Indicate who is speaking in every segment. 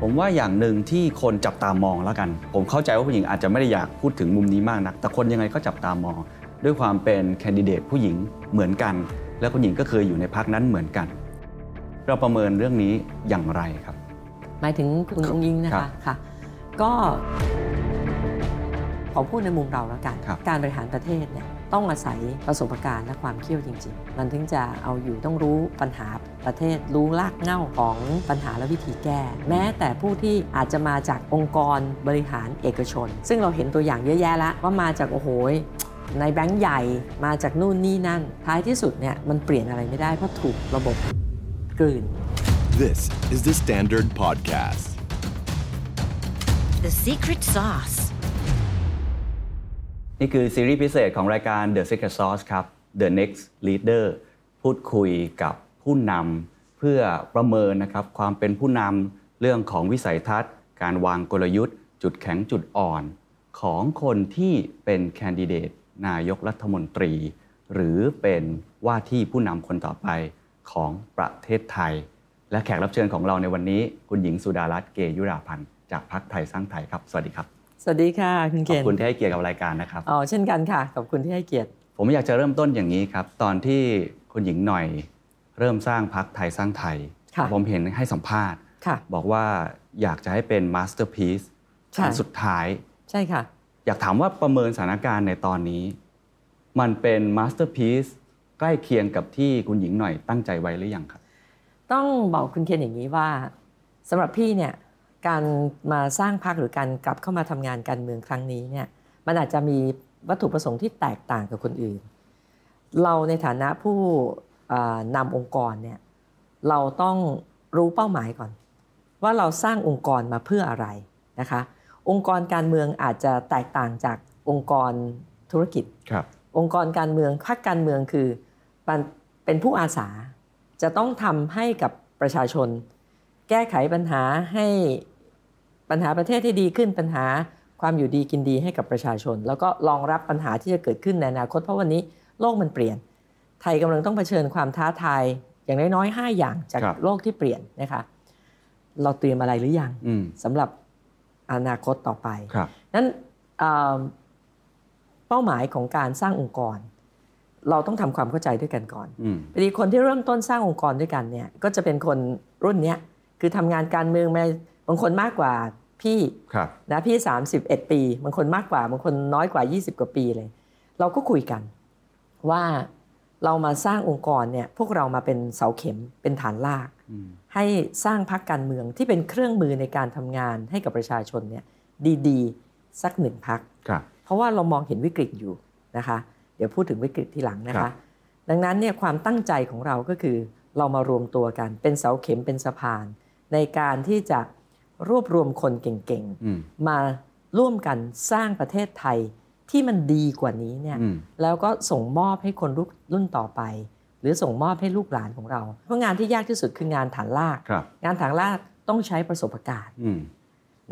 Speaker 1: ผมว่าอย่างหนึ่งที่คนจับตามองแล้วกัน ผมเข้าใจว่าผู้หญิงอาจจะไม่ได้อยากพูดถึงมุมนี้มากนัก แต่คนยังไงก็จับตามอง ด้วยความเป็นแคนดิเดตผู้หญิงเหมือนกัน และคุณหญิงก็เคยอยู่ในพักนั้นเหมือนกัน เราประเมินเรื่องนี้อย่างไรครับ
Speaker 2: หมายถึงคุณ
Speaker 1: ครับ
Speaker 2: องยิงนะ
Speaker 1: ครั
Speaker 2: คะ
Speaker 1: บ
Speaker 2: ค่ะ ก็ขอพูดในมุมเราแล้วกัน
Speaker 1: ครับ
Speaker 2: การบริหารประเทศเนี่ยต้องอาศัยประสบการณ์และความเขี้ยวจริง ๆ มันถึงจะเอาอยู่ต้องรู้ปัญหาประเทศ รู้รากเหง้าของปัญหาและวิธีแก้ แม้แต่ผู้ที่อาจจะมาจากองค์กรบริหารเอกชน ซึ่งเราเห็นตัวอย่างเยอะแยะแล้วว่ามาจากโอ้โหย ในแบงก์ใหญ่มาจากนู่นนี่นั่น ท้ายที่สุดเนี่ยมันเปลี่ยนอะไรไม่ได้เพราะถูกระบบกลืน
Speaker 3: This is the Standard Podcast.
Speaker 4: The secret sauce.
Speaker 1: นี่คือซีรีส์พิเศษของรายการ The Secret Sauce ครับ The Next Leader พูดคุยกับผู้นำเพื่อประเมินนะครับความเป็นผู้นำเรื่องของวิสัยทัศน์ การวางกลยุทธ์ จุดแข็งจุดอ่อน ของคนที่เป็นแคนดิเดตนายกรัฐมนตรี หรือเป็นว่าที่ผู้นำคนต่อไปของประเทศไทย และแขกรับเชิญของเราในวันนี้ คุณหญิงสุดารัตน์เกยุราพันธ์จากพรรคไทยสร้างไทยครับสวัสดีครับ
Speaker 2: สวัสดีค่ะคุณ
Speaker 1: ข
Speaker 2: เก
Speaker 1: อบ
Speaker 2: ณฑ์
Speaker 1: คุณที่ให้เกียรติกับรายการนะครับ
Speaker 2: อ๋อเช่นกันค่ะ ขอบคุณที่ให้เกียรติ
Speaker 1: ผมอยากจะเริ่มต้นอย่างนี้ครับ ตอนที่คุณหญิงหน่อย เริ่มสร้างพักไทยสร้างไทย
Speaker 2: ค่ะ
Speaker 1: ผมเห็นให้สัมภาษณ์
Speaker 2: ค่ะ
Speaker 1: บอกว่าอยากจะให้เป็นมาสเตอร์พีซ
Speaker 2: ใช่
Speaker 1: อันสุดท้าย
Speaker 2: ใช่ค่ะ
Speaker 1: อยากถามว่าประเมินสถานการณ์ในตอนนี้ มันเป็นมาสเตอร์พีซใกล้เคียงกับที่คุณหญิงหน่อยตั้งใจไว้หรือยังครับ
Speaker 2: ต้องบอกคุณเคนอย่างนี้ว่าสำหรับพี่เนี่ยการมาสร้างพรรคหรือการกลับเข้ามาทำงานการเมืองครั้งนี้เนี่ยมันอาจจะมีวัตถุประสงค์ที่แตกต่างกับคนอื่น เราในฐานะผู้เอ่อนำองค์กรเนี่ยเราต้องรู้เป้าหมายก่อน ว่าเราสร้างองค์กรมาเพื่ออะไรนะคะ องค์กรการเมืองอาจจะแตกต่างจากองค์กรธุรกิจ
Speaker 1: ครับ
Speaker 2: องค์กรการเมืองพรรคการเมืองคือมันเป็นผู้อาสา จะต้องทำให้กับประชาชน แก้ไขปัญหาให้ปัญหาประเทศที่ดีขึ้นปัญหาความอยู่ดีกินดีให้กับประชาชน แล้วก็รองรับปัญหาที่จะเกิดขึ้นในอนาคตเพราะวันนี้โลกมันเปลี่ยน ไทยกำลังต้องเผชิญความท้าทายอย่างน้อยๆห้าอย่างจาก
Speaker 1: ครับ
Speaker 2: โลกที่เปลี่ยนนะคะเราเตรียมอะไรหรือยัง
Speaker 1: อืม
Speaker 2: สำหรับอนาคตต่อไป
Speaker 1: ครับ
Speaker 2: นั้นเอ่อเป้าหมายของการสร้างองค์กร เราต้องทำความเข้าใจด้วยกันก่อน
Speaker 1: อืม
Speaker 2: พอดีคนที่เริ่มต้นสร้างองค์กรด้วยกันเนี่ยก็จะเป็นคนรุ่นเนี้ยคือทำงานการเมืองมาบางคนมากกว่าพี่
Speaker 1: ครับ
Speaker 2: นะพี่ 31 ปีบางคนมากกว่าบางคนน้อยกว่า 20 กว่าปีเลย เราก็คุยกันว่าเรามาสร้างองค์กรเนี่ยพวกเรามาเป็นเสาเข็มเป็นฐานราก
Speaker 1: อืม
Speaker 2: ให้สร้างพักการเมืองที่เป็นเครื่องมือในการทำงานให้กับประชาชนเนี่ยดีๆ สักหนึ่งพัก
Speaker 1: ครับ
Speaker 2: เพราะว่าเรามองเห็นวิกฤตอยู่นะคะ เดี๋ยวพูดถึงวิกฤตทีหลังนะ
Speaker 1: ครั
Speaker 2: คะ
Speaker 1: บ
Speaker 2: ดังนั้นเนี่ยความตั้งใจของเราก็คือเรามารวมตัวกันเป็นเสาเข็มเป็นสะพาน ในการที่จะรวบรวมคนเก่ง
Speaker 1: อืม
Speaker 2: ๆ มาร่วมกันสร้างประเทศไทยที่มันดีกว่านี้เนี่ย
Speaker 1: อืม
Speaker 2: แล้วก็ส่งมอบให้คนรุ่นต่อไป หรือส่งมอบให้ลูกหลานของเรา เพราะงานที่ยากที่สุดคืองานฐานราก
Speaker 1: ครับ
Speaker 2: งานฐานรากต้องใช้ประสบการณ์
Speaker 1: อืม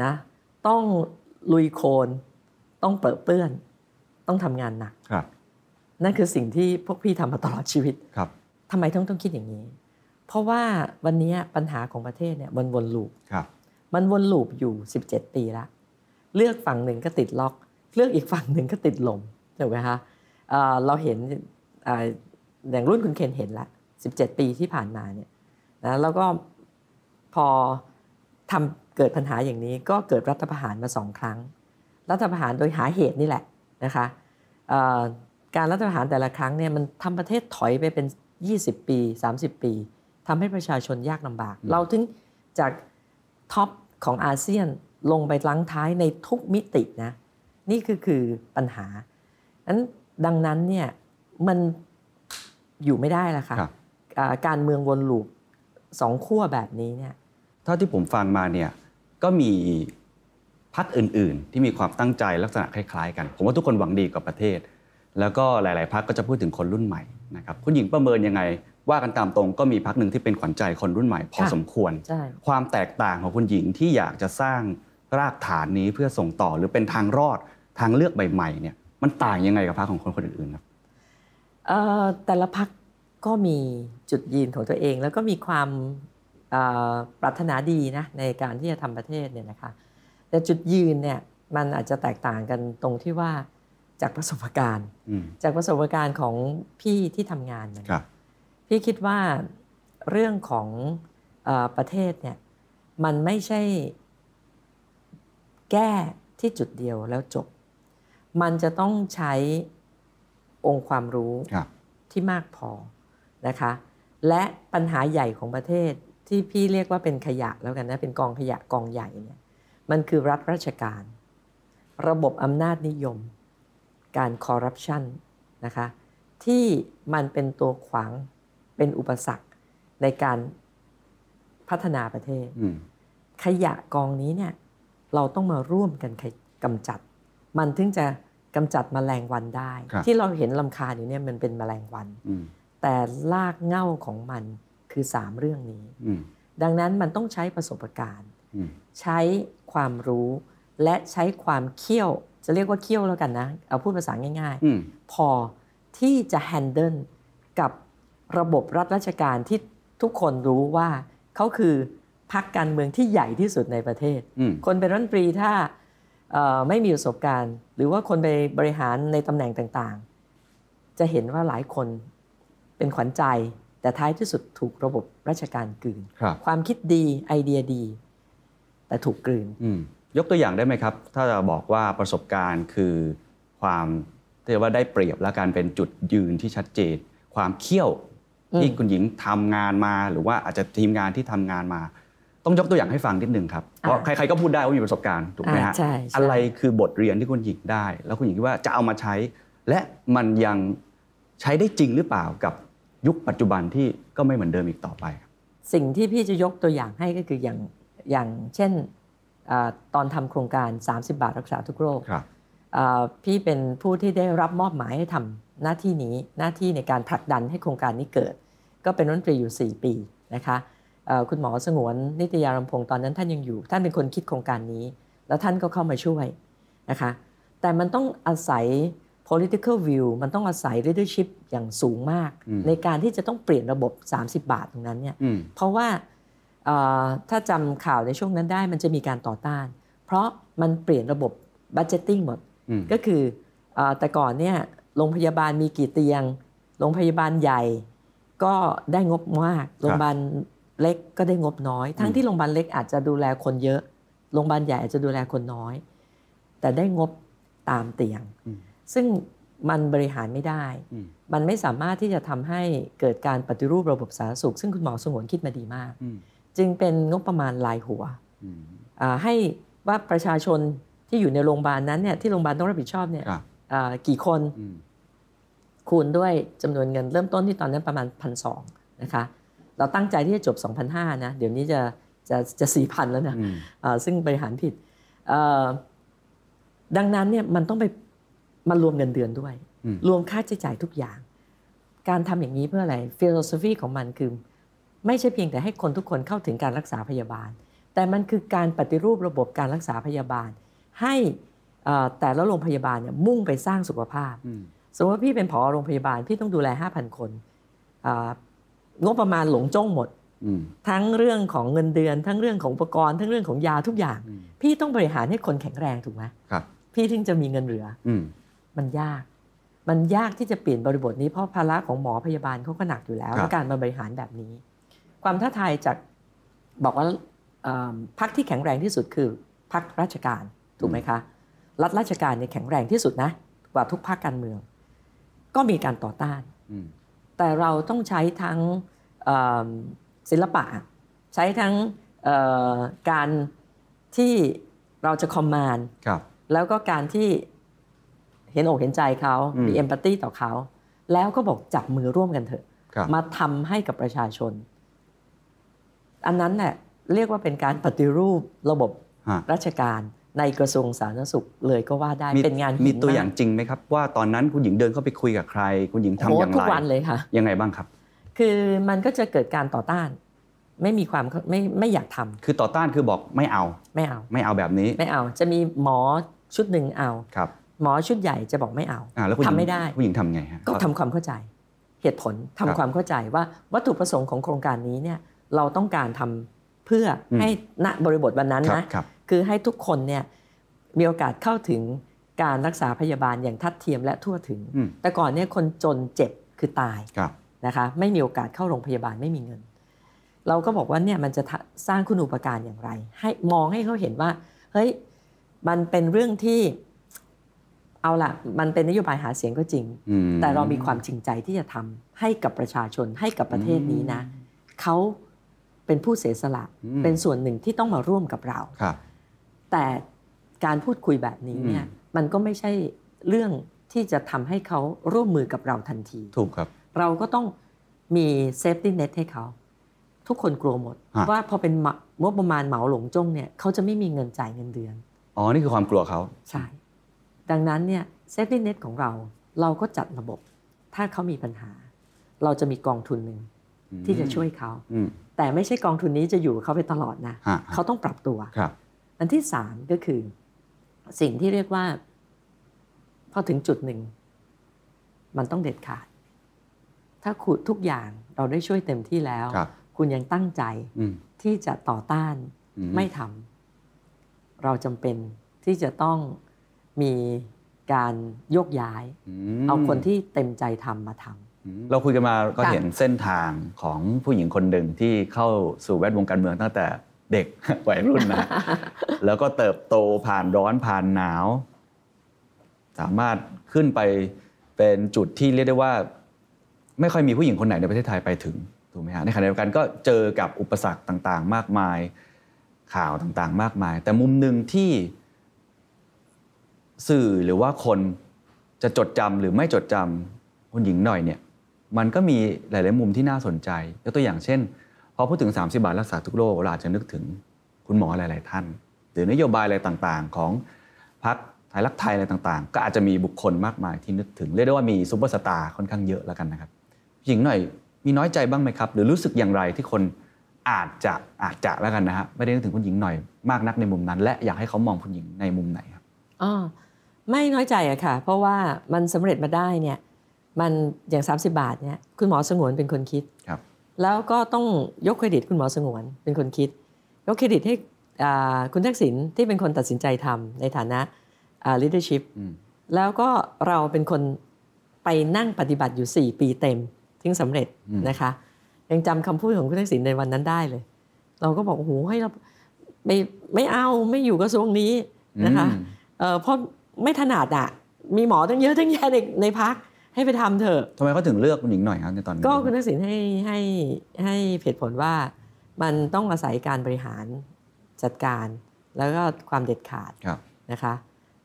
Speaker 2: นะ ต้องลุยโคลนต้องเปรอะเปื้อน ต้องทำงานหนัก
Speaker 1: ครับ
Speaker 2: นั่นคือสิ่งที่พวกพี่ทำมาตลอดชีวิต
Speaker 1: ครับ
Speaker 2: ทำไมต้องต้องคิดอย่างนี้ เพราะว่าวันนี้ปัญหาของประเทศเนี่ยมันวนลูป
Speaker 1: ครับ
Speaker 2: มันวนลูปอยู่ 17 ปีละเลือกฝั่งหนึ่งก็ติดล็อก เลือกอีกฝั่งหนึ่งก็ติดลมถูกไหมคะเอ่อเราเห็นเอ่ออย่างรุ่นคุณเคนเห็นละ 17 ปีที่ผ่านมาเนี่ยนะแล้วก็พอทำเกิดปัญหาอย่างนี้ก็เกิดรัฐประหารมาสองครั้ง รัฐประหารโดยหาเหตุนี่แหละนะคะเอ่อการรัฐประหารแต่ละครั้งเนี่ยมันทำประเทศถอยไปเป็น 20 ปี 30 ปีทำให้ประชาชนยากลำบาก เราถึงจาก ท็อปของอาเซียนลงไปลังท้ายในทุกมิตินะ นี่คือคือปัญหานั้นดังนั้นเนี่ยมันอยู่ไม่ได้ละค่ะ
Speaker 1: ครับ
Speaker 2: อ่าการเมืองวนลูปสองขั้วแบบนี้เนี่ย
Speaker 1: เท่าที่ผมฟังมาเนี่ยก็มีพักอื่น ๆ ที่มีความตั้งใจลักษณะคล้าย ๆ กัน ผมว่าทุกคนหวังดีกับประเทศ แล้วก็หลาย ๆพักก็จะพูดถึงคนรุ่นใหม่นะครับคุณหญิงประเมินยังไง ว่ากันตามตรงก็มีพักหนึ่งที่เป็นขวัญใจคนรุ่นใหม่ พอ
Speaker 2: ค่ะ
Speaker 1: สมควร
Speaker 2: ใช่
Speaker 1: ความแตกต่างของคุณหญิงที่อยากจะสร้างรากฐานนี้เพื่อส่งต่อหรือเป็นทางรอดทางเลือกใหม่ๆเนี่ยมันต่างยังไงกับพักของคนคนอื่นๆครับ
Speaker 2: เอ่อแต่ละพักก็มีจุดยืนของตัวเอง แล้วก็มีความ เอ่อปรารถนาดีนะในการที่จะทำประเทศเนี่ยนะคะแต่จุดยืนเนี่ยมันอาจจะแตกต่างกันตรงที่ว่าจากประสบการณ์
Speaker 1: อืม
Speaker 2: จากประสบการณ์ของพี่ที่ทำงานเนี่ย
Speaker 1: ครับ
Speaker 2: พี่คิดว่าเรื่องของเออประเทศเนี่ยมันไม่ใช่แก้ที่จุดเดียวแล้วจบ มันจะต้องใช้องค์ความรู้
Speaker 1: ครับ
Speaker 2: ที่มากพอนะคะ และปัญหาใหญ่ของประเทศที่พี่เรียกว่าเป็นขยะแล้วกันนะเป็นกองขยะกองใหญ่เนี่ยมันคือรัฐราชการ ระบบอำนาจนิยม การคอร์รัปชันนะคะ ที่มันเป็นตัวขวางเป็นอุปสรรคในการพัฒนาประเทศ
Speaker 1: อืม
Speaker 2: ขยะกองนี้เนี่ยเราต้องมาร่วมกันขยกำจัด มันถึงจะกำจัดแมลงวันได้
Speaker 1: ครับ
Speaker 2: ที่เราเห็นลำคาญอยู่เนี่ยมันเป็นแมลงวัน
Speaker 1: อืม
Speaker 2: แต่ลากเหง่าของมันคือ 3 เรื่องนี้
Speaker 1: อืม
Speaker 2: ดังนั้นมันต้องใช้ประสบการณ์
Speaker 1: อืม
Speaker 2: ใช้ความรู้และใช้ความเขี้ยว จะเรียกว่าเขี้ยวแล้วกันนะ เอาพูดภาษาง่าย
Speaker 1: อืม
Speaker 2: ๆ พอที่จะแฮนเดิลกับระบบรัฐราชการที่ทุกคนรู้ว่าเขาคือพรรคการเมืองที่ใหญ่ที่สุดในประเทศ
Speaker 1: อืม
Speaker 2: คนเป็นรัฐมนตรีถ้าเอ่อไม่มีประสบการณ์ หรือว่าคนไปบริหารในตำแหน่งต่างๆ จะเห็นว่าหลายคนเป็นขวัญใจ แต่ท้ายที่สุดถูกระบบราชการกลืน
Speaker 1: ครับ
Speaker 2: ความคิดดีไอเดียดี แต่ถูกกลืน
Speaker 1: อืมยกตัวอย่างได้ไหมครับ ถ้าจะบอกว่าประสบการณ์คือความเรียกว่าได้เปรียบและการเป็นจุดยืนที่ชัดเจน ความเขี้ยว
Speaker 2: อืม
Speaker 1: ที่คุณหญิงทำงานมา หรือว่าอาจจะทีมงานที่ทำงานมา ต้องยกตัวอย่างให้ฟังนิดหนึ่งครับเพราะใครๆก็พูดได้ว่ามีประสบการณ์ถูกไหม
Speaker 2: อ่า
Speaker 1: ฮะ
Speaker 2: ใช่ใช่
Speaker 1: อะไรคือบทเรียนที่คุณหญิงได้ แล้วคุณหญิงคิดว่าจะเอามาใช้ และมันยังใช้ได้จริงหรือเปล่ากับยุคปัจจุบันที่ก็ไม่เหมือนเดิมอีกต่อไปครับ
Speaker 2: สิ่งที่พี่จะยกตัวอย่างให้ก็คืออย่างอย่างเช่นเออตอนทำโครงการ 30 บาทรักษาทุกโรค
Speaker 1: ครับ
Speaker 2: เอ่อพี่เป็นผู้ที่ได้รับมอบหมายให้ทำหน้าที่นี้หน้าที่ในการผลักดันให้โครงการนี้เกิด ก็เป็นรัฐมนตรีอยู่ 4 ปีนะคะเอ่อคุณหมอสงวนนิตยารำพงศ์ตอนนั้นท่านยังอยู่ ท่านเป็นคนคิดโครงการนี้ แล้วท่านก็เข้ามาช่วยนะคะแต่มันต้องอาศัย political view มันต้องอาศัย leadership อย่างสูงมาก
Speaker 1: อืม
Speaker 2: ในการที่จะต้องเปลี่ยนระบบ 30 บาทตรงนั้นเนี่ย
Speaker 1: อืม
Speaker 2: เพราะว่าเอ่อถ้าจำข่าวในช่วงนั้นได้มันจะมีการต่อต้าน เพราะมันเปลี่ยนระบบบัจเจตติ้งหมด
Speaker 1: อืม
Speaker 2: ก็คือเออแต่ก่อนเนี่ยโรงพยาบาลมีกี่เตียง โรงพยาบาลใหญ่ก็ได้งบมาก โรงพยาบาลเล็กก็ได้งบน้อย ทั้งที่โรงพยาบาลเล็กอาจจะดูแลคนเยอะ โรงพยาบาลใหญ่อาจจะดูแลคนน้อย แต่ได้งบตามเตียง ซึ่งมันบริหารไม่ได้
Speaker 1: อืม
Speaker 2: มันไม่สามารถที่จะทำให้เกิดการปฏิรูประบบสาธารณสุข ซึ่งคุณหมอสงวนคิดมาดีมาก
Speaker 1: อืม
Speaker 2: จึงเป็นงบประมาณรายหัว
Speaker 1: อืม
Speaker 2: อ่าให้ว่าประชาชนที่อยู่ในโรงพยาบาลนั้นเนี่ยที่โรงพยาบาลต้องรับผิดชอบเนี่ย
Speaker 1: ครับ
Speaker 2: อ่ากี่คน
Speaker 1: อืม
Speaker 2: คูณด้วยจำนวนเงินเริ่มต้นที่ตอนนั้นประมาณพันสองนะคะเราตั้งใจที่จะจบ 2,500นะเดี๋ยวนี้จะจะจะสี่พันแล้วนะ
Speaker 1: อืม
Speaker 2: อ่าซึ่งบริหารผิดเอ่อดังนั้นเนี่ยมันต้องไปมารวมเงินเดือนด้วย
Speaker 1: อืม
Speaker 2: รวมค่าใช้จ่ายทุกอย่าง การทำอย่างนี้เพื่ออะไรฟิโลโซฟีของมันคือ ไม่ใช่เพียงแต่ให้คนทุกคนเข้าถึงการรักษาพยาบาล แต่มันคือการปฏิรูประบบการรักษาพยาบาล ให้เอ่อแต่ละโรงพยาบาลเนี่ยมุ่งไปสร้างสุขภาพ
Speaker 1: อืม
Speaker 2: สมมติว่าพี่เป็นผอโรงพยาบาล พี่ต้องดูแล 5,000 คนอ่างบประมาณหลงจ้องหมด
Speaker 1: อืม
Speaker 2: ทั้งเรื่องของเงินเดือน ทั้งเรื่องของอุปกรณ์ทั้งเรื่องของยาทุกอย่าง
Speaker 1: อืม
Speaker 2: พี่ต้องบริหารให้คนแข็งแรงถูกไหม
Speaker 1: ครับ
Speaker 2: พี่ถึงจะมีเงินเหลือ
Speaker 1: อืม
Speaker 2: มันยาก มันยากที่จะเปลี่ยนบริบทนี้เพราะภาระของหมอพยาบาลเขาก็หนักอยู่แล้ว
Speaker 1: ครับ
Speaker 2: และการมาบริหารแบบนี้ ความท้าทายจากบอกว่าเอิ่มพักที่แข็งแรงที่สุดคือพักราชการถูกไหมคะรัฐราชการเนี่ยแข็งแรงที่สุดนะกว่าทุกภาคการเมือง ก็มีการต่อต้าน
Speaker 1: อืม
Speaker 2: แต่เราต้องใช้ทั้งเอ่อศิลปะ ใช้ทั้งเอ่อการที่เราจะคอมมาน
Speaker 1: ครับ
Speaker 2: แล้วก็การที่เห็นอกเห็นใจเขา
Speaker 1: อืม
Speaker 2: มีเอมพัตตีต่อเขา แล้วก็บอกจับมือร่วมกันเถอะ
Speaker 1: ครับ
Speaker 2: มาทำให้กับประชาชน อันนั้นเน่ยเรียกว่าเป็นการปฏิรูประบบ
Speaker 1: ฮะ
Speaker 2: ราชการในกระทรวงสาธารณสุขเลยก็ว่าได้
Speaker 1: มี
Speaker 2: เป็นงาน
Speaker 1: มี
Speaker 2: หิน
Speaker 1: ตัว
Speaker 2: มก
Speaker 1: อย่างจริงไหมครับ ว่าตอนนั้นคุณหญิงเดินเข้าไปคุยกับใคร คุณหญิงทำ
Speaker 2: โอ้
Speaker 1: อย่าง
Speaker 2: ทุ
Speaker 1: ไร
Speaker 2: กวันเลยค่ะ
Speaker 1: ยังไงบ้างครับ
Speaker 2: คือมันก็จะเกิดการต่อต้าน ไม่มีความไม่ไม่อยากทำ
Speaker 1: คือต่อต้านคือบอกไม่เอา
Speaker 2: ไม่เอา
Speaker 1: ไม่เอาแบบนี้
Speaker 2: ไม่เอา จะมีหมอชุดหนึ่งเอา
Speaker 1: ครับ
Speaker 2: หมอชุดใหญ่จะบอกไม่เอา
Speaker 1: อ่า แล้วคุณหญิ
Speaker 2: ทำ
Speaker 1: ง
Speaker 2: ไม่ได้
Speaker 1: คุณหญิงทำไงฮะ
Speaker 2: ก็ทำความเข้าใจ เหตุผลทำ
Speaker 1: ครับ
Speaker 2: ความเข้าใจว่าวัตถุประสงค์ของโครงการนี้เนี่ย เราต้องการทำเพื่ออ
Speaker 1: ม
Speaker 2: ให้ณบริบทวันนั้น
Speaker 1: ครับ
Speaker 2: นะครับ คือให้ทุกคนเนี่ยมีโอกาสเข้าถึงการรักษาพยาบาลอย่างทัดเทียมและทั่วถึง
Speaker 1: อืม
Speaker 2: แต่ก่อนเนี่ยคนจนเจ็บคือตาย
Speaker 1: ครับ
Speaker 2: นะคะไม่มีโอกาสเข้าโรงพยาบาลไม่มีเงิน เราก็บอกว่าเนี่ยมันจะทะสร้างคุณูปการอย่างไร ให้มองให้เขาเห็นว่าเฮ้ยมันเป็นเรื่องที่เอาละมันเป็นนโยบายหาเสียงก็จริง
Speaker 1: อืม
Speaker 2: แต่เรามีความจริงใจที่จะทำให้กับประชาชนให้กับประเทศนี้นะเขาเป็นผู้เสียสละ
Speaker 1: อืม
Speaker 2: เป็นส่วนหนึ่งที่ต้องมาร่วมกับเรา
Speaker 1: ครับ
Speaker 2: แต่การพูดคุยแบบนี้เนี่ย
Speaker 1: อืม
Speaker 2: มันก็ไม่ใช่เรื่องที่จะทำให้เขาร่วมมือกับเราทันที
Speaker 1: ถูกครับ
Speaker 2: เราก็ต้องมีเซฟตี้เน็ตให้เขา ทุกคนกลัวหมด
Speaker 1: ฮะ
Speaker 2: ว่าพอเป็นมะงบประมาณเหมาหลงจ้งเนี่ยเขาจะไม่มีเงินจ่ายเงินเดือน
Speaker 1: อ๋อ นี่คือความกลัวเขา
Speaker 2: ใช่ ดังนั้นเนี่ยเซฟตี้เน็ตของเราเราก็จัดระบบ ถ้าเขามีปัญหา เราจะมีกองทุนหนึ่งที่จะช่วยเขา
Speaker 1: อืม
Speaker 2: แต่ไม่ใช่กองทุนนี้จะอยู่กับเขาไปตลอดนะ
Speaker 1: ฮะ
Speaker 2: เขาต้องปรับตัว
Speaker 1: ครับ
Speaker 2: อันที่สามก็คือ สิ่งที่เรียกว่า พอถึงจุดหนึ่ง มันต้องเด็ดขาด ถ้าคุณทุกอย่างเราได้ช่วยเต็มที่แล้ว
Speaker 1: ครับ
Speaker 2: ณยังตั้งใจ
Speaker 1: อืม
Speaker 2: ที่จะต่อต้าน
Speaker 1: อืม
Speaker 2: ไม่ทำเราจำเป็นที่จะต้องมีการโยกย้าย
Speaker 1: ม
Speaker 2: เอาคนที่เต็มใจทำมาทำ
Speaker 1: เราคุยกันมาก็
Speaker 2: ค่ะ
Speaker 1: เห็นเส้นทางของผู้หญิงคนหนึ่งที่เข้าสู่แวดวงการเมืองตั้งแต่เด็ก วัยรุ่นนะ แล้วก็เติบโตผ่านร้อนผ่านหนาว สามารถขึ้นไปเป็นจุดที่เรียกได้ว่า ไม่ค่อยมีผู้หญิงคนไหนในประเทศไทยไปถึงถูกไหมฮะในขณะเดียวกันก็เจอกับอุปสรรคต่างๆ มากมาย ข่าวต่างๆ มากมาย แต่มุมหนึ่งที่ สื่อหรือว่าคนจะจดจำหรือไม่จดจำคนหญิงหน่อยเนี่ย มันก็มีหลาย ๆ มุมที่น่าสนใจยกตัวอย่างเช่น พอพูดถึง 30 บาทรักษาทุกโรคเราอาจจะนึกถึงคุณหมอหลาย ๆ ท่าน หรือนโยบายอะไรต่าง ๆ ของพรรคไทยรักไทยอะไรต่าง ๆ ก็อาจจะมีบุคคลมากมายที่นึกถึง เรียกได้ว่ามีซุปเปอร์สตาร์ค่อนข้างเยอะแล้วกันนะครับ หญิงหน่อยมีน้อยใจบ้างไหมครับ หรือรู้สึกอย่างไรที่คนอาจจะอาจจะแล้วกันนะฮะไม่ได้นึกถึงคุณหญิงหน่อยมากนักในมุมนั้น และอยากให้เขามองคุณหญิงในมุมไหนครับ
Speaker 2: อ๋อไม่น้อยใจอะค่ะ เพราะว่ามันสำเร็จมาได้เนี่ยมันอย่าง 30 บาทเนี่ยคุณหมอสงวนเป็นคนคิด
Speaker 1: ครับ
Speaker 2: แล้วก็ต้องยกเครดิตคุณหมอสงวนเป็นคนคิด ยกเครดิตให้อ่าคุณทักษิณที่เป็นคนตัดสินใจทำในฐานะอ่า leadership
Speaker 1: อืม
Speaker 2: แล้วก็เราเป็นคนไปนั่งปฏิบัติอยู่ 4 ปีเต็ม ถึงสำเร็จนะคะ ยังจำคำพูดของคุณทักษิณในวันนั้นได้เลย เราก็บอกโอ้โหให้เราไม่ไม่เอาไม่อยู่กระทรวงนี้นะคะ
Speaker 1: อืม
Speaker 2: เอ่อเพราะไม่ถนัดอ่ะ มีหมอตั้งเยอะตั้งแยะในในพักให้ไปทำเถอะ
Speaker 1: ทำไมเขาถึงเลือกคุณหญิงหน่อยครับในตอนนี้
Speaker 2: ก็คุณทักษิณให้ให้ให้เหตุผลว่ามันต้องอาศัยการบริหารจัดการ แล้วก็ความเด็ดขาด
Speaker 1: ครับ
Speaker 2: นะคะ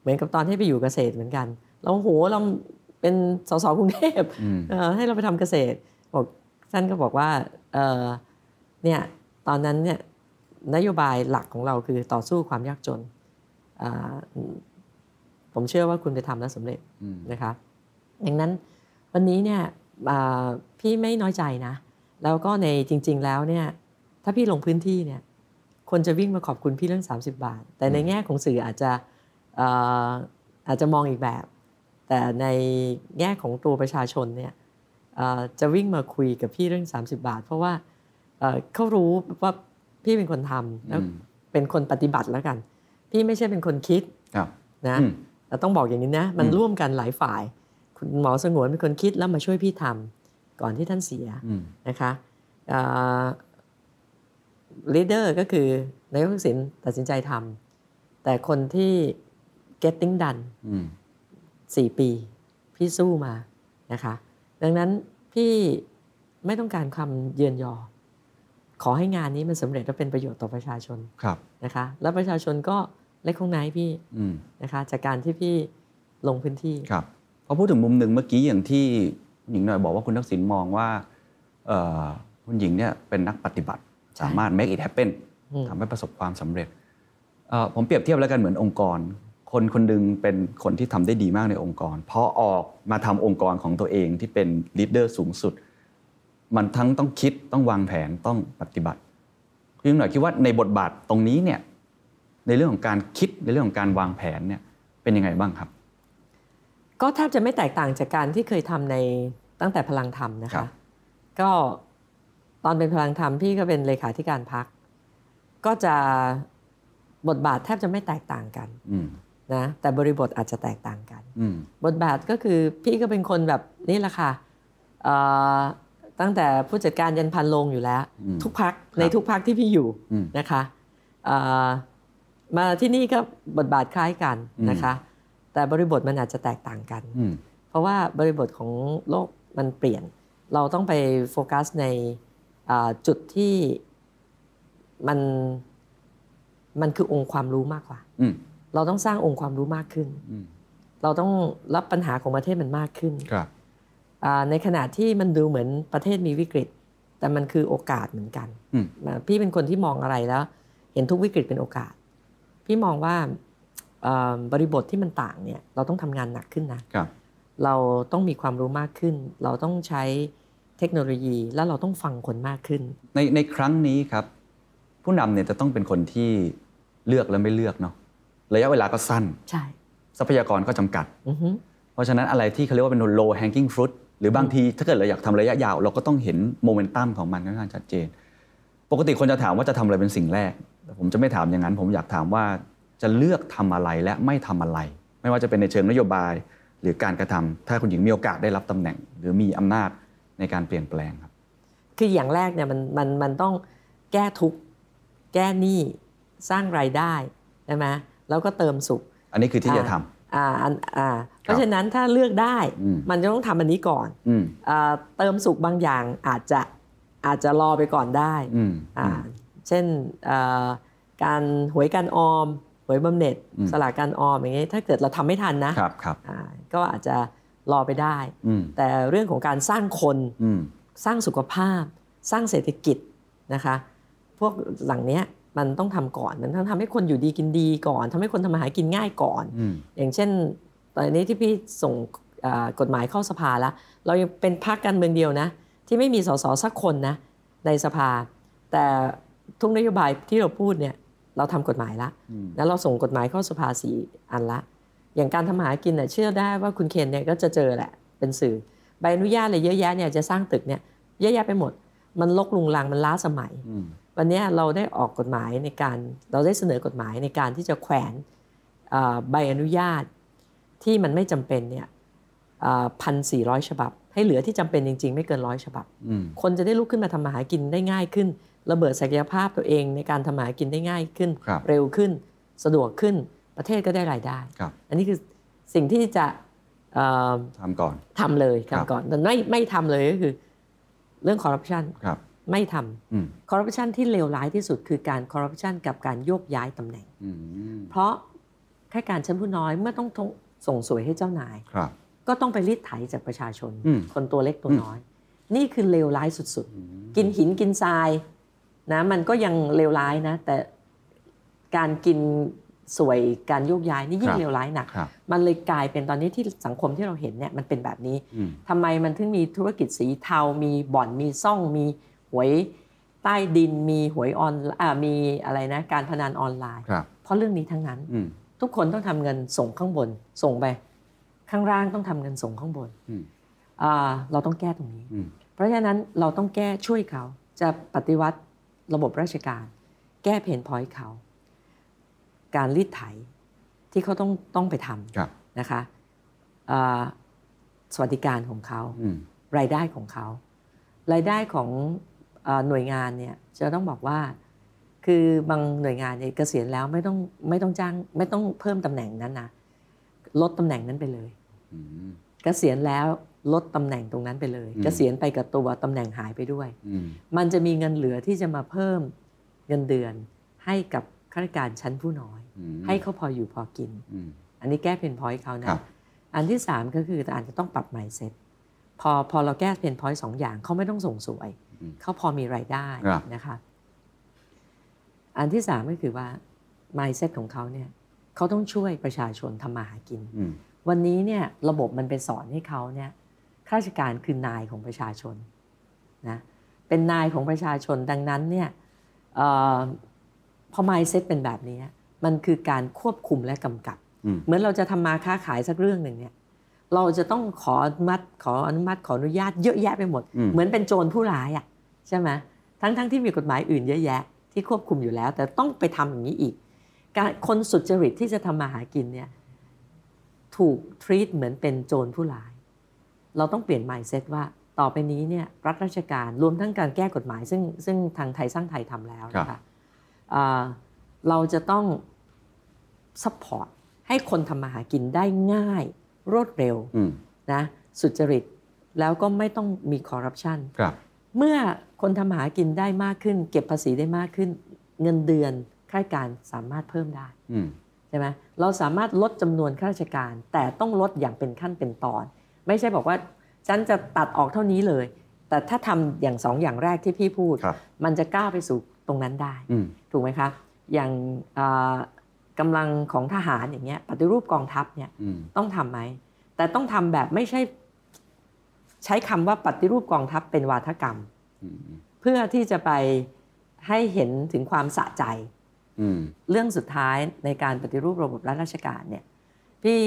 Speaker 2: เหมือนกับตอนที่ไปอยู่เกษตรเหมือนกัน เราโอ้โหเราเป็นสสกรุงเทพ
Speaker 1: อืม
Speaker 2: เอ่อให้เราไปทำเกษตรบอกท่านก็บอกว่าเอ่อเนี่ยตอนนั้นเนี่ยนโยบายหลักของเราคือต่อสู้ความยากจนอ่าผมเชื่อว่าคุณไปทำแล้วสำเร็จ
Speaker 1: อืม
Speaker 2: นะคะดังนั้นวันนี้เนี่ยอ่าพี่ไม่น้อยใจนะ แล้วก็ในจริง ๆแล้วเนี่ยถ้าพี่ลงพื้นที่เนี่ยคนจะวิ่งมาขอบคุณพี่เรื่อง 30 บาท แต่ในแง่ของสื่ออาจจะเอ่ออาจจะมองอีกแบบ แต่ในแง่ของตัวประชาชนเนี่ยเอ่อจะวิ่งมาคุยกับพี่เรื่อง 30 บาท เพราะว่าเอ่อเขารู้ว่าพี่เป็นคนทำแล้ว
Speaker 1: อืม
Speaker 2: เป็นคนปฏิบัติแล้วกัน พี่ไม่ใช่เป็นคนคิด
Speaker 1: ครับ
Speaker 2: นะ
Speaker 1: อืม
Speaker 2: เราต้องบอกอย่างนี้นะ มันร่วมกันหลายฝ่าย คุณหมอสงวนเป็นคนคิดแล้วมาช่วยพี่ทำก่อนที่ท่านเสีย
Speaker 1: อืม
Speaker 2: นะคะลีดเดอร์ก็คือนายกทักษิณตัดสินใจทำแต่คนที่ getting done
Speaker 1: อืม
Speaker 2: สี่ปี พี่สู้มานะคะ ดังนั้นพี่ไม่ต้องการคำเยือนยอ ขอให้งานนี้มันสำเร็จและเป็นประโยชน์ต่อประชาชน
Speaker 1: ครับ
Speaker 2: นะคะ และประชาชนก็เล็กของนายพี่
Speaker 1: อืม
Speaker 2: นะคะจากการที่พี่ลงพื้นที่
Speaker 1: ครับพอพูดถึงมุมหนึ่งเมื่อกี้อย่างที่คุณหญิงหน่อยบอกว่าคุณทักษิณมองว่าเอ่อคุณหญิงเนี่ยเป็นนักปฏิบัติ
Speaker 2: ใช่
Speaker 1: สามารถ make it happen
Speaker 2: อืม
Speaker 1: ทำให้ประสบความสำเร็จเอ่อผมเปรียบเทียบแล้วกันเหมือนองค์กร คนคนหนึงเป็นคนที่ทำได้ดีมากในองค์กร พอออกมาทำองค์กรของตัวเองที่เป็นลีดเดอร์สูงสุด มันทั้งต้องคิดต้องวางแผนต้องปฏิบัติ คุณหญิงหน่อยคิดว่าในบทบาทตรงนี้เนี่ยในเรื่องของการคิดในเรื่องของการวางแผนเนี่ยเป็นยังไงบ้างครับ
Speaker 2: ก็แทบจะไม่แตกต่างจากการที่เคยทำในตั้งแต่พลังธรรมนะ
Speaker 1: ครั
Speaker 2: คะ
Speaker 1: บ
Speaker 2: ก็ ตอนเป็นพลังธรรมพี่ก็เป็นเลขาธิการพัก ก็จะบทบาทแทบจะไม่แตกต่างกัน
Speaker 1: อืม
Speaker 2: นะแต่บริบทอาจจะแตกต่างกัน
Speaker 1: อืม
Speaker 2: บทบาทก็คือพี่ก็เป็นคนแบบนี่แหละค่ะเอ่อตั้งแต่ผู้จัดการยันพันโลงอยู่แล้ว
Speaker 1: อืม
Speaker 2: ทุกพัก
Speaker 1: ครับ
Speaker 2: ในทุกพักที่พี่อยู่
Speaker 1: อืม
Speaker 2: นะคะเอ่อมาที่นี่ก็บทบาทคล้ายกันนะคะ แต่บริบทมันอาจจะแตกต่างกัน
Speaker 1: อืม
Speaker 2: เพราะว่าบริบทของโลกมันเปลี่ยน เราต้องไปโฟกัสในอ่าจุดที่มันมันคือองค์ความรู้มากกว่า
Speaker 1: อืม
Speaker 2: เราต้องสร้างองค์ความรู้มากขึ้น
Speaker 1: อืม
Speaker 2: เราต้องรับปัญหาของประเทศมันมากขึ้น
Speaker 1: ครับ
Speaker 2: อ่าในขณะที่มันดูเหมือนประเทศมีวิกฤต แต่มันคือโอกาสเหมือนกัน
Speaker 1: อืม
Speaker 2: อ่าพี่เป็นคนที่มองอะไรแล้ว เห็นทุกวิกฤตเป็นโอกาส พี่มองว่าอ่าบริบทที่มันต่างเนี่ยเราต้องทำงานหนักขึ้นนะ
Speaker 1: ครับ
Speaker 2: เราต้องมีความรู้มากขึ้น เราต้องใช้เทคโนโลยีแล้วเราต้องฟังคนมากขึ้น
Speaker 1: ในในครั้งนี้ครับ ผู้นำเนี่ยจะต้องเป็นคนที่เลือกและไม่เลือกเนาะระยะเวลาก็สั้น
Speaker 2: ใช่
Speaker 1: ทรัพยากรก็จำกัด
Speaker 2: อือฮึ
Speaker 1: เพราะฉะนั้นอะไรที่เขาเรียกว่าเป็น low hanging fruit หรือบางทีถ้าเกิดเราอยากทำระยะยาว เราก็ต้องเห็นโมเมนตัมของมันค่อนข้างชัดเจน ปกติคนจะถามว่าจะทำอะไรเป็นสิ่งแรกแต่ผมจะไม่ถามอย่างนั้น ผมอยากถามว่าจะเลือกทำอะไรและไม่ทำอะไร ไม่ว่าจะเป็นในเชิงนโยบาย หรือการกระทำถ้าคุณหญิงมีโอกาสได้รับตำแหน่ง หรือมีอำนาจในการเปลี่ยนแปลงครับ
Speaker 2: คืออย่างแรกเนี่ยมันมันมันต้องแก้ทุกข์แก้หนี้สร้างรายได้ใช่ไหมแล้วก็เติมสุข
Speaker 1: อันนี้คือที่จะทำ
Speaker 2: อ่าอันอ่าเพราะฉะนั้นถ้าเลือกได้
Speaker 1: อืม
Speaker 2: มันจะต้องทำอันนี้ก่อน
Speaker 1: อืม
Speaker 2: อ่าเติมสุขบางอย่างอาจจะอาจจะรอไปก่อนได้
Speaker 1: อืม
Speaker 2: อ่า
Speaker 1: อืม
Speaker 2: เช่นเอ่อการหวยการออม หวยบำเหน็จ
Speaker 1: อืม
Speaker 2: สลากการออมอย่างเงี้ยถ้าเกิดเราทำไม่ทันนะครับ
Speaker 1: ครับ
Speaker 2: อ่าก็อาจจะรอไปได้
Speaker 1: อืม
Speaker 2: แต่เรื่องของการสร้างคน
Speaker 1: อืม
Speaker 2: สร้างสุขภาพ สร้างเศรษฐกิจนะคะพวกหลังเนี้ยมันต้องทำก่อนมันต้องทำให้คนอยู่ดีกินดีก่อนทำให้คนทำมาหากินง่ายก่อน
Speaker 1: อืม
Speaker 2: อย่างเช่น ตอนนี้ที่พี่ส่งเอ่อกฎหมายเข้าสภาแล้ว เรายังเป็นพรรคการเมืองเดียวนะ ที่ไม่มีสสสักคนนะในสภา แต่ทุกนโยบายที่เราพูดเนี่ยเราทำกฎหมายละ
Speaker 1: อืม
Speaker 2: แล้วเราส่งกฎหมายเข้าสภาสีอันละ อย่างการทำมาหากินเน่ยเชื่อได้ว่าคุณเคนเนี่ยก็จะเจอแหละเป็นสื่อใบอนุญาตอะไรเยอะแยะเนี่ยจะสร้างตึกเนี่ยเยอะแยะไปหมด มันลกลุงลังมันล้าสมัย
Speaker 1: อืม
Speaker 2: วันเนี้ยเราได้ออกกฎหมายในการเราได้เสนอกฎหมายในการที่จะแขวนเอ่อใบอนุญาตที่มันไม่จำเป็นเนี่ยพันสี่ร้อยฉบับ ให้เหลือที่จำเป็นจริง ๆ ไม่เกินร้อยฉบับ
Speaker 1: อืม
Speaker 2: คนจะได้ลุกขึ้นมาทำมาหากินได้ง่ายขึ้น ระเบิดศักยภาพตัวเองในการทำมาหากินได้ง่ายขึ้น
Speaker 1: ครับ
Speaker 2: เร็วขึ้นสะดวกขึ้นประเทศก็ได้รายได้
Speaker 1: ครับ
Speaker 2: อันนี้คือสิ่งที่จะเอ่อ
Speaker 1: ทำก่อน
Speaker 2: ทำเลย
Speaker 1: ครับ
Speaker 2: ทำก่อนแต่ไม่ไม่ทำเลยก็คือเรื่องคอร์รัปชัน
Speaker 1: ครับ
Speaker 2: ไม่ทำ
Speaker 1: อืม
Speaker 2: คอร์รัปชันที่เลวร้ายที่สุดคือการคอร์รัปชันกับการโยกย้ายตำแหน่ง
Speaker 1: อืม
Speaker 2: เพราะข้าราชการชั้นผู้น้อยเมื่อต้องทงส่งสวยให้เจ้านาย
Speaker 1: ครับ
Speaker 2: ก็ต้องไปรีดไถจากประชาชน
Speaker 1: อืม
Speaker 2: คนตัวเล็กตัวน้อย นี่คือเลวร้ายสุดๆ กินหินกินทรายนะมันก็ยังเลวร้ายนะ แต่การกินสวยการโยกย้ายนี่ยิ่งเลวร้ายหนัก
Speaker 1: ครับ
Speaker 2: มันเลยกลายเป็นตอนนี้ที่สังคมที่เราเห็นเนี่ยมันเป็นแบบนี้
Speaker 1: อืม
Speaker 2: ทำไมมันถึงมีธุรกิจสีเทา มีบ่อน มีซ่อง มีหวยใต้ดิน มีหวยออนอ่ามีอะไรนะ การพนันออนไลน์
Speaker 1: ครับ
Speaker 2: เพราะเรื่องนี้ทั้งนั้น
Speaker 1: อืม
Speaker 2: ทุกคนต้องทำเงินส่งข้างบน ส่งไป ข้างล่างต้องทำเงินส่งข้างบน
Speaker 1: อืม
Speaker 2: อ่าเราต้องแก้ตรงนี้
Speaker 1: อืม
Speaker 2: เพราะฉะนั้นเราต้องแก้ช่วยเขา จะปฏิวัติระบบราชการ แก้เพนพอยต์เขา การรีดไถที่เขาต้องต้องไปท
Speaker 1: ครับ
Speaker 2: ำนะคะอ่าสวัสดิการของเขา
Speaker 1: อืม
Speaker 2: รายได้ของเขา รายได้ของเออหน่วยงานเนี่ยจะต้องบอกว่า คือบางหน่วยงานเนี่ยเกษียณแล้วไม่ต้องไม่ต้องจ้างไม่ต้องเพิ่มตำแหน่งนั้นนะลดตำแหน่งนั้นไปเลย
Speaker 1: อืม
Speaker 2: เกษียณแล้วลดตำแหน่งตรงนั้นไปเลย
Speaker 1: อืม
Speaker 2: เกษียณไปกับตัวตำแหน่งหายไปด้วย
Speaker 1: อืม
Speaker 2: มันจะมีเงินเหลือที่จะมาเพิ่มเงินเดือนให้กับข้าราชการชั้นผู้น้อย
Speaker 1: อืม
Speaker 2: ให้เขาพออยู่พอกิน
Speaker 1: อืม
Speaker 2: อันนี้แก้เพนพอยต์เขา
Speaker 1: ครั
Speaker 2: นะ
Speaker 1: บ
Speaker 2: อันที่ 3 ก็คืออาจจะต้องปรับ mindset พอพอเราแก้เพนพอยต์สองอย่างเขาไม่ต้องส่งสวย
Speaker 1: อืม
Speaker 2: เขาพอมีรายได้
Speaker 1: ครับ
Speaker 2: นะคะ อันที่ 3 ก็คือว่า mindset ของเขาเนี่ยเขาต้องช่วยประชาชนทำมาหากิน
Speaker 1: อืม
Speaker 2: วันนี้เนี่ยระบบมันไปสอนให้เขาเนี่ยข้าราชการคือนายของประชาชนนะเป็นนายของประชาชนดังนั้นเนี่ยเออพอ mindset เป็นแบบนี้มันคือการควบคุมและกำกับ
Speaker 1: อืม
Speaker 2: เหมือนเราจะทำมาค้าขายสักเรื่องหนึ่งเนี่ยเราจะต้องขออนุมัติขออนุมัติขออนุญาตเยอะแยะไปหมด
Speaker 1: อืม
Speaker 2: เหมือนเป็นโจรผู้ร้ายอะ ใช่ไหมทั้งๆทที่มีกฎหมายอื่นเยอะแยะ ที่ควบคุมอยู่แล้ว แต่ต้องไปทำอย่างนี้อีกการคนสุจริตที่จะทำมาหากินเนี่ยถูกทรีตเหมือนเป็นโจรผู้ร้าย เราต้องเปลี่ยน mindset ว่าต่อไปนี้เนี่ยรัฐราชการรวมทั้งการแก้กฎหมายซึ่งซึ่งทางไทยสร้างไทยทำแล้วนะ
Speaker 1: ครั
Speaker 2: คะ
Speaker 1: บ
Speaker 2: เอ่อเราจะต้อง ซัพพอร์ตให้คนทำมาหากินได้ง่าย รวดเร็ว
Speaker 1: อืม
Speaker 2: นะสุจริตแล้วก็ไม่ต้องมีคอร์รัปชัน
Speaker 1: ครับ
Speaker 2: เมื่อคนทำมาหากินได้มากขึ้น เก็บภาษีได้มากขึ้น เงินเดือนข้าราชการสามารถเพิ่มได้
Speaker 1: อืม
Speaker 2: ใช่ไหมเราสามารถลดจำนวนข้าราชการ แต่ต้องลดอย่างเป็นขั้นเป็นตอน ไม่ใช่บอกว่าฉันจะตัดออกเท่านี้เลย แต่ถ้าทำอย่างสองอย่างแรกที่พี่พูด
Speaker 1: ครับ
Speaker 2: มันจะก้าวไปสู่ตรงนั้นได้
Speaker 1: อืม
Speaker 2: ถูกไหมคะ อย่างเอ่อกำลังของทหารอย่างเงี้ยปฏิรูปกองทัพเนี่ย
Speaker 1: อืม
Speaker 2: ต้องทำไหม แต่ต้องทำแบบไม่ใช่ใช้คำว่าปฏิรูปกองทัพเป็นวาทกรรม
Speaker 1: อืม
Speaker 2: เพื่อที่จะไปให้เห็นถึงความสะใจ
Speaker 1: อืม
Speaker 2: เรื่องสุดท้ายในการปฏิรูประบบรัฐราชการเนี่ยพี่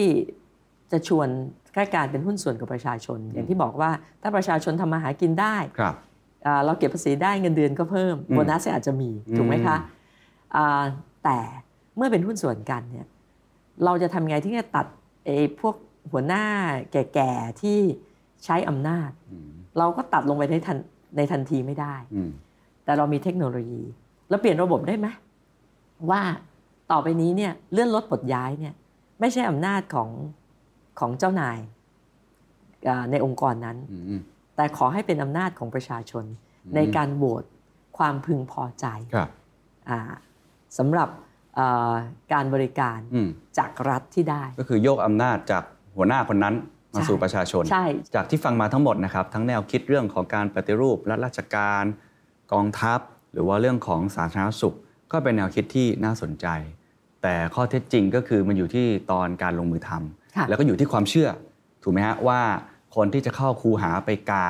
Speaker 2: จะชวนข้าราชการเป็นหุ้นส่วนกับประชาชน อย่างที่บอกว่าถ้าประชาชนทำมาหากินได้
Speaker 1: ครับ
Speaker 2: เอ่อเราเก็บภาษีได้เงินเดือนก็เพิ่ม
Speaker 1: อืม
Speaker 2: โบนัสเนี่ยอาจจะมี
Speaker 1: อืม
Speaker 2: ถูกไหมคะอ่าแต่เมื่อเป็นหุ้นส่วนกันเนี่ยเราจะทำไงที่จะตัดไอ้พวกหัวหน้าแก่ๆที่ใช้อำนาจ
Speaker 1: อืม
Speaker 2: เราก็ตัดลงไปในทันในทันทีไม่ได้
Speaker 1: อืม
Speaker 2: แต่เรามีเทคโนโลยี แล้วเปลี่ยนระบบได้ไหมว่าต่อไปนี้เนี่ยเลื่อนลดปลดย้ายเนี่ยไม่ใช่อำนาจของของเจ้านายอ่าในองค์กรนั้น
Speaker 1: อืมอืม
Speaker 2: แต่ขอให้เป็นอำนาจของประชาชน ในการโหวตความพึงพอใจ
Speaker 1: ครับ
Speaker 2: อ่าสำหรับเอ่อการบริการ
Speaker 1: อืม
Speaker 2: จากรัฐที่ได้
Speaker 1: ก็คือโยกอำนาจจากหัวหน้าคนนั้นมา
Speaker 2: ใช่
Speaker 1: สู่ประชาชน
Speaker 2: ใช่
Speaker 1: จากที่ฟังมาทั้งหมดนะครับ ทั้งแนวคิดเรื่องของการปฏิรูปรัฐราชการ กองทัพ หรือว่าเรื่องของสาธารณสุข ก็เป็นแนวคิดที่น่าสนใจ แต่ข้อเท็จจริงก็คือมันอยู่ที่ตอนการลงมือทำ
Speaker 2: ค่ะ
Speaker 1: แล้วก็อยู่ที่ความเชื่อ ถูกไหมฮะว่าคนที่จะเข้าคูหาไปกา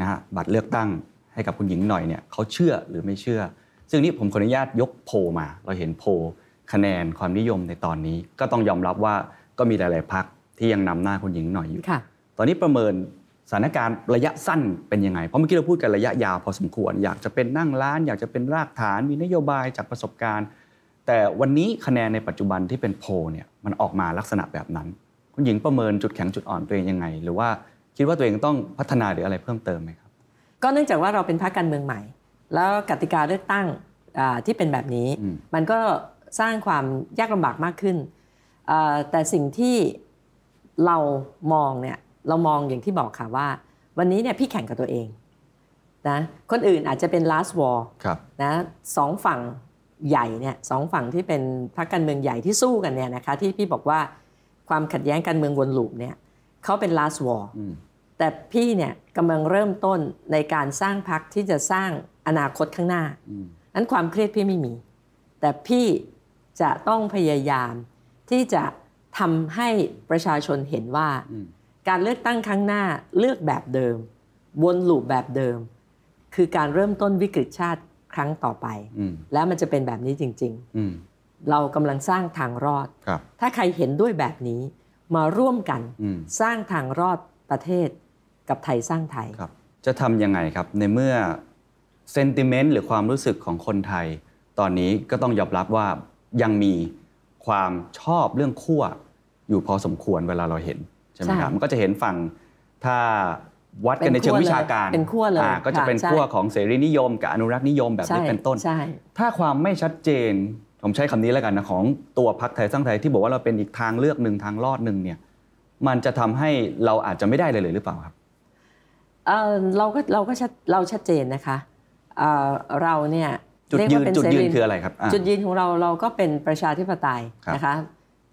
Speaker 1: นะฮะบัตรเลือกตั้งให้กับคุณหญิงหน่อยเนี่ยเขาเชื่อหรือไม่เชื่อ ซึ่งนี่ผมขออนุญาตยกโพลมา เราเห็นโพลคะแนนความนิยมในตอนนี้ ก็ต้องยอมรับว่าก็มีหลาย ๆพักที่ยังนำหน้าคุณหญิงหน่อยอยู่
Speaker 2: ค่ะ
Speaker 1: ตอนนี้ประเมินสถานการณ์ระยะสั้นเป็นยังไง เพราะเมื่อกี้เราพูดกันระยะยาวพอสมควร อยากจะเป็นนั่งร้าน อยากจะเป็นรากฐาน มีนโยบายจากประสบการณ์ แต่วันนี้คะแนนในปัจจุบันที่เป็นโพลเนี่ยมันออกมาลักษณะแบบนั้น คุณหญิงประเมินจุดแข็งจุดอ่อนตัวเองยังไง หรือว่าคิดว่าตัวเองต้องพัฒนาหรืออะไรเพิ่มเติมไหมครับ
Speaker 2: ก็เนื่องจากว่าเราเป็นพรรคการเมืองใหม่ แล้วกติกาเลือกตั้งอ่าที่เป็นแบบนี้
Speaker 1: อืม
Speaker 2: มันก็สร้างความยากลำบากมากขึ้นอ่าแต่สิ่งที่เรามองเนี่ยเรามองอย่างที่บอกค่ะว่า วันนี้เนี่ยพี่แข่งกับตัวเองนะคนอื่นอาจจะเป็น last war
Speaker 1: ครับ
Speaker 2: นะสองฝั่งใหญ่เนี่ยสองฝั่งที่เป็นพรรคการเมืองใหญ่ที่สู้กันเนี่ยนะคะที่พี่บอกว่าความขัดแย้งการเมืองวนลูปเนี่ยเขาเป็น last war
Speaker 1: อืม
Speaker 2: แต่พี่เนี่ยกำลังเริ่มต้นในการสร้างพรรคที่จะสร้างอนาคตข้างหน้า
Speaker 1: อืม
Speaker 2: นั้นความเครียดพี่ไม่มี แต่พี่จะต้องพยายามที่จะทำให้ประชาชนเห็นว่า
Speaker 1: อืม
Speaker 2: การเลือกตั้งครั้งหน้าเลือกแบบเดิม วนลูปแบบเดิม คือการเริ่มต้นวิกฤตชาติครั้งต่อไป
Speaker 1: อืม
Speaker 2: แล้วมันจะเป็นแบบนี้จริง
Speaker 1: อืม
Speaker 2: ๆ เรากำลังสร้างทางรอด
Speaker 1: ครับ
Speaker 2: ถ้าใครเห็นด้วยแบบนี้มาร่วมกัน
Speaker 1: อืม
Speaker 2: สร้างทางรอดประเทศกับไทยสร้างไทย
Speaker 1: ครับจะทำยังไงครับ ในเมื่อเซนติเมนต์หรือความรู้สึกของคนไทย ตอนนี้ก็ต้องยอมรับว่ายังมีความชอบเรื่องขั้วอยู่พอสมควรเวลาเราเห็น ใช่ไหมครับ
Speaker 2: ใช่
Speaker 1: มันก็จะเห็นฝั่งถ้าวัดกันในเชิงวิชาการ
Speaker 2: เป็นขั้วเลย
Speaker 1: อ่าก็จะ
Speaker 2: ค่ะ
Speaker 1: เป็น
Speaker 2: ใช่
Speaker 1: ขั้วของเสรีนิยม กับอนุรักษ์นิยมแบบนี้เป็นต้น
Speaker 2: ใช่
Speaker 1: ถ้าความไม่ชัดเจน ผมใช้คำนี้แล้วกันนะ ของตัวพักไทยสร้างไทยที่บอกว่าเราเป็นอีกทางเลือกหนึ่งทางรอดหนึ่งเนี่ยมันจะทำให้เราอาจจะไม่ได้เลยเลยหรือเปล่าครับ
Speaker 2: เอ่อเราก็เราก็ชัดเราชัดเจนนะคะเอ่อเราเนี่ย
Speaker 1: จุด
Speaker 2: เรีก
Speaker 1: ยื
Speaker 2: ว่าน เป็
Speaker 1: จุด
Speaker 2: เส
Speaker 1: ยืน
Speaker 2: รี
Speaker 1: คืออะไรครับอ่า
Speaker 2: จุดยืนของเราเราก็เป็นประชาธิปไตย
Speaker 1: ครับ
Speaker 2: นะคะ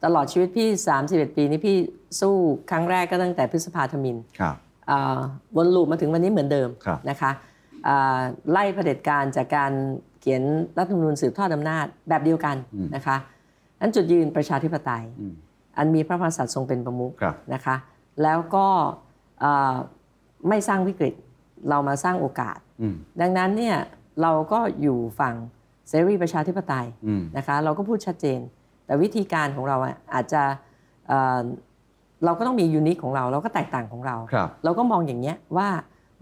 Speaker 2: ตลอดชีวิตพี่ 31 ปีนี้พี่สู้ครั้งแรกก็ตั้งแต่พฤษภาธมิน
Speaker 1: ครับ
Speaker 2: เอ่อวนลูปมาถึงวันนี้เหมือนเดิม
Speaker 1: ครับ
Speaker 2: นะคะเอ่อไล่เผด็จการจากการเขียนรัฐธรรมนูญสืบทอดอำนาจแบบเดียวกัน
Speaker 1: อืม
Speaker 2: นะคะนั้นจุดยืนประชาธิปไตย
Speaker 1: อืม
Speaker 2: อันมีพระมหากษัตริย์ทรงเป็นประมุข
Speaker 1: ครับ
Speaker 2: นะคะแล้วก็เอ่อไม่สร้างวิกฤตเรามาสร้างโอกาส
Speaker 1: อืม
Speaker 2: ดังนั้นเนี่ยเราก็อยู่ฝั่งเสรีประชาธิปไตย
Speaker 1: อืม
Speaker 2: นะคะเราก็พูดชัดเจน แต่วิธีการของเราอะอาจจะเอ่อเราก็ต้องมียูนิคของเรา เราก็แตกต่างของเรา
Speaker 1: ครับ
Speaker 2: เราก็มองอย่างเงี้ยว่า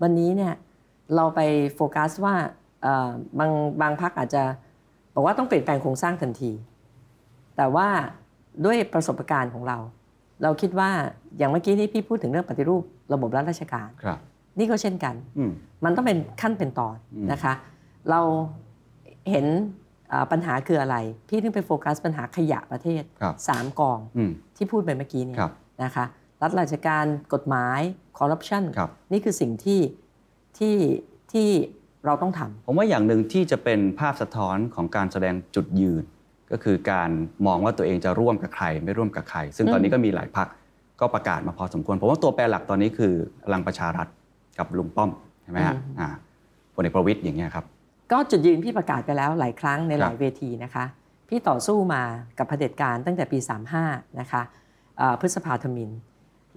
Speaker 2: วันนี้เนี่ย เราไปโฟกัสว่าเอ่อบางบางพักอาจจะบอกว่าต้องเปลี่ยนแปลงโครงสร้างทันที แต่ว่าด้วยประสบการณ์ของเรา เราคิดว่าอย่างเมื่อกี้ที่พี่พูดถึงเรื่องปฏิรูประบบรัฐราชการ
Speaker 1: ครับ
Speaker 2: นี่ก็เช่นกัน
Speaker 1: อืม
Speaker 2: มันต้องเป็นขั้นเป็นตอน
Speaker 1: อืม
Speaker 2: นะคะ เราเห็นเอ่อปัญหาคืออะไร พี่ถึงไปโฟกัสปัญหาขยะประเทศ
Speaker 1: ครับ
Speaker 2: สามกอง
Speaker 1: อืม
Speaker 2: ที่พูดไปเมื่อกี้เนี่ย
Speaker 1: ครับ
Speaker 2: นะคะรัฐราชการกฎหมายคอร์รัปชัน
Speaker 1: ครับ
Speaker 2: นี่คือสิ่งที่ที่ที่เราต้องท
Speaker 1: ผมว่าอย่างหนึ่งที่จะเป็นภาพสะท้อนของการแสดงจุดยืน ก็คือการมองว่าตัวเองจะร่วมกับใคร ไม่ร่วมกับใคร ซึ่งตอนนี้ก็มีหลายพักก็ประกาศมาพอสมควรผมว่าตัวแปรหลักตอนนี้คือพลังประชารัฐกับลุงป้อมใช่ไหมฮะอ่าพลเอกประวิตยอย่างเงี้ยครับ
Speaker 2: ำก็จุดยืนพี่ประกาศไปแล้วหลายครั้งใน
Speaker 1: ครับ
Speaker 2: หลายเวทีนะคะ พี่ต่อสู้มากับเผด็จการตั้งแต่ปี 35 นะคะเอ่อพฤษภาธมิน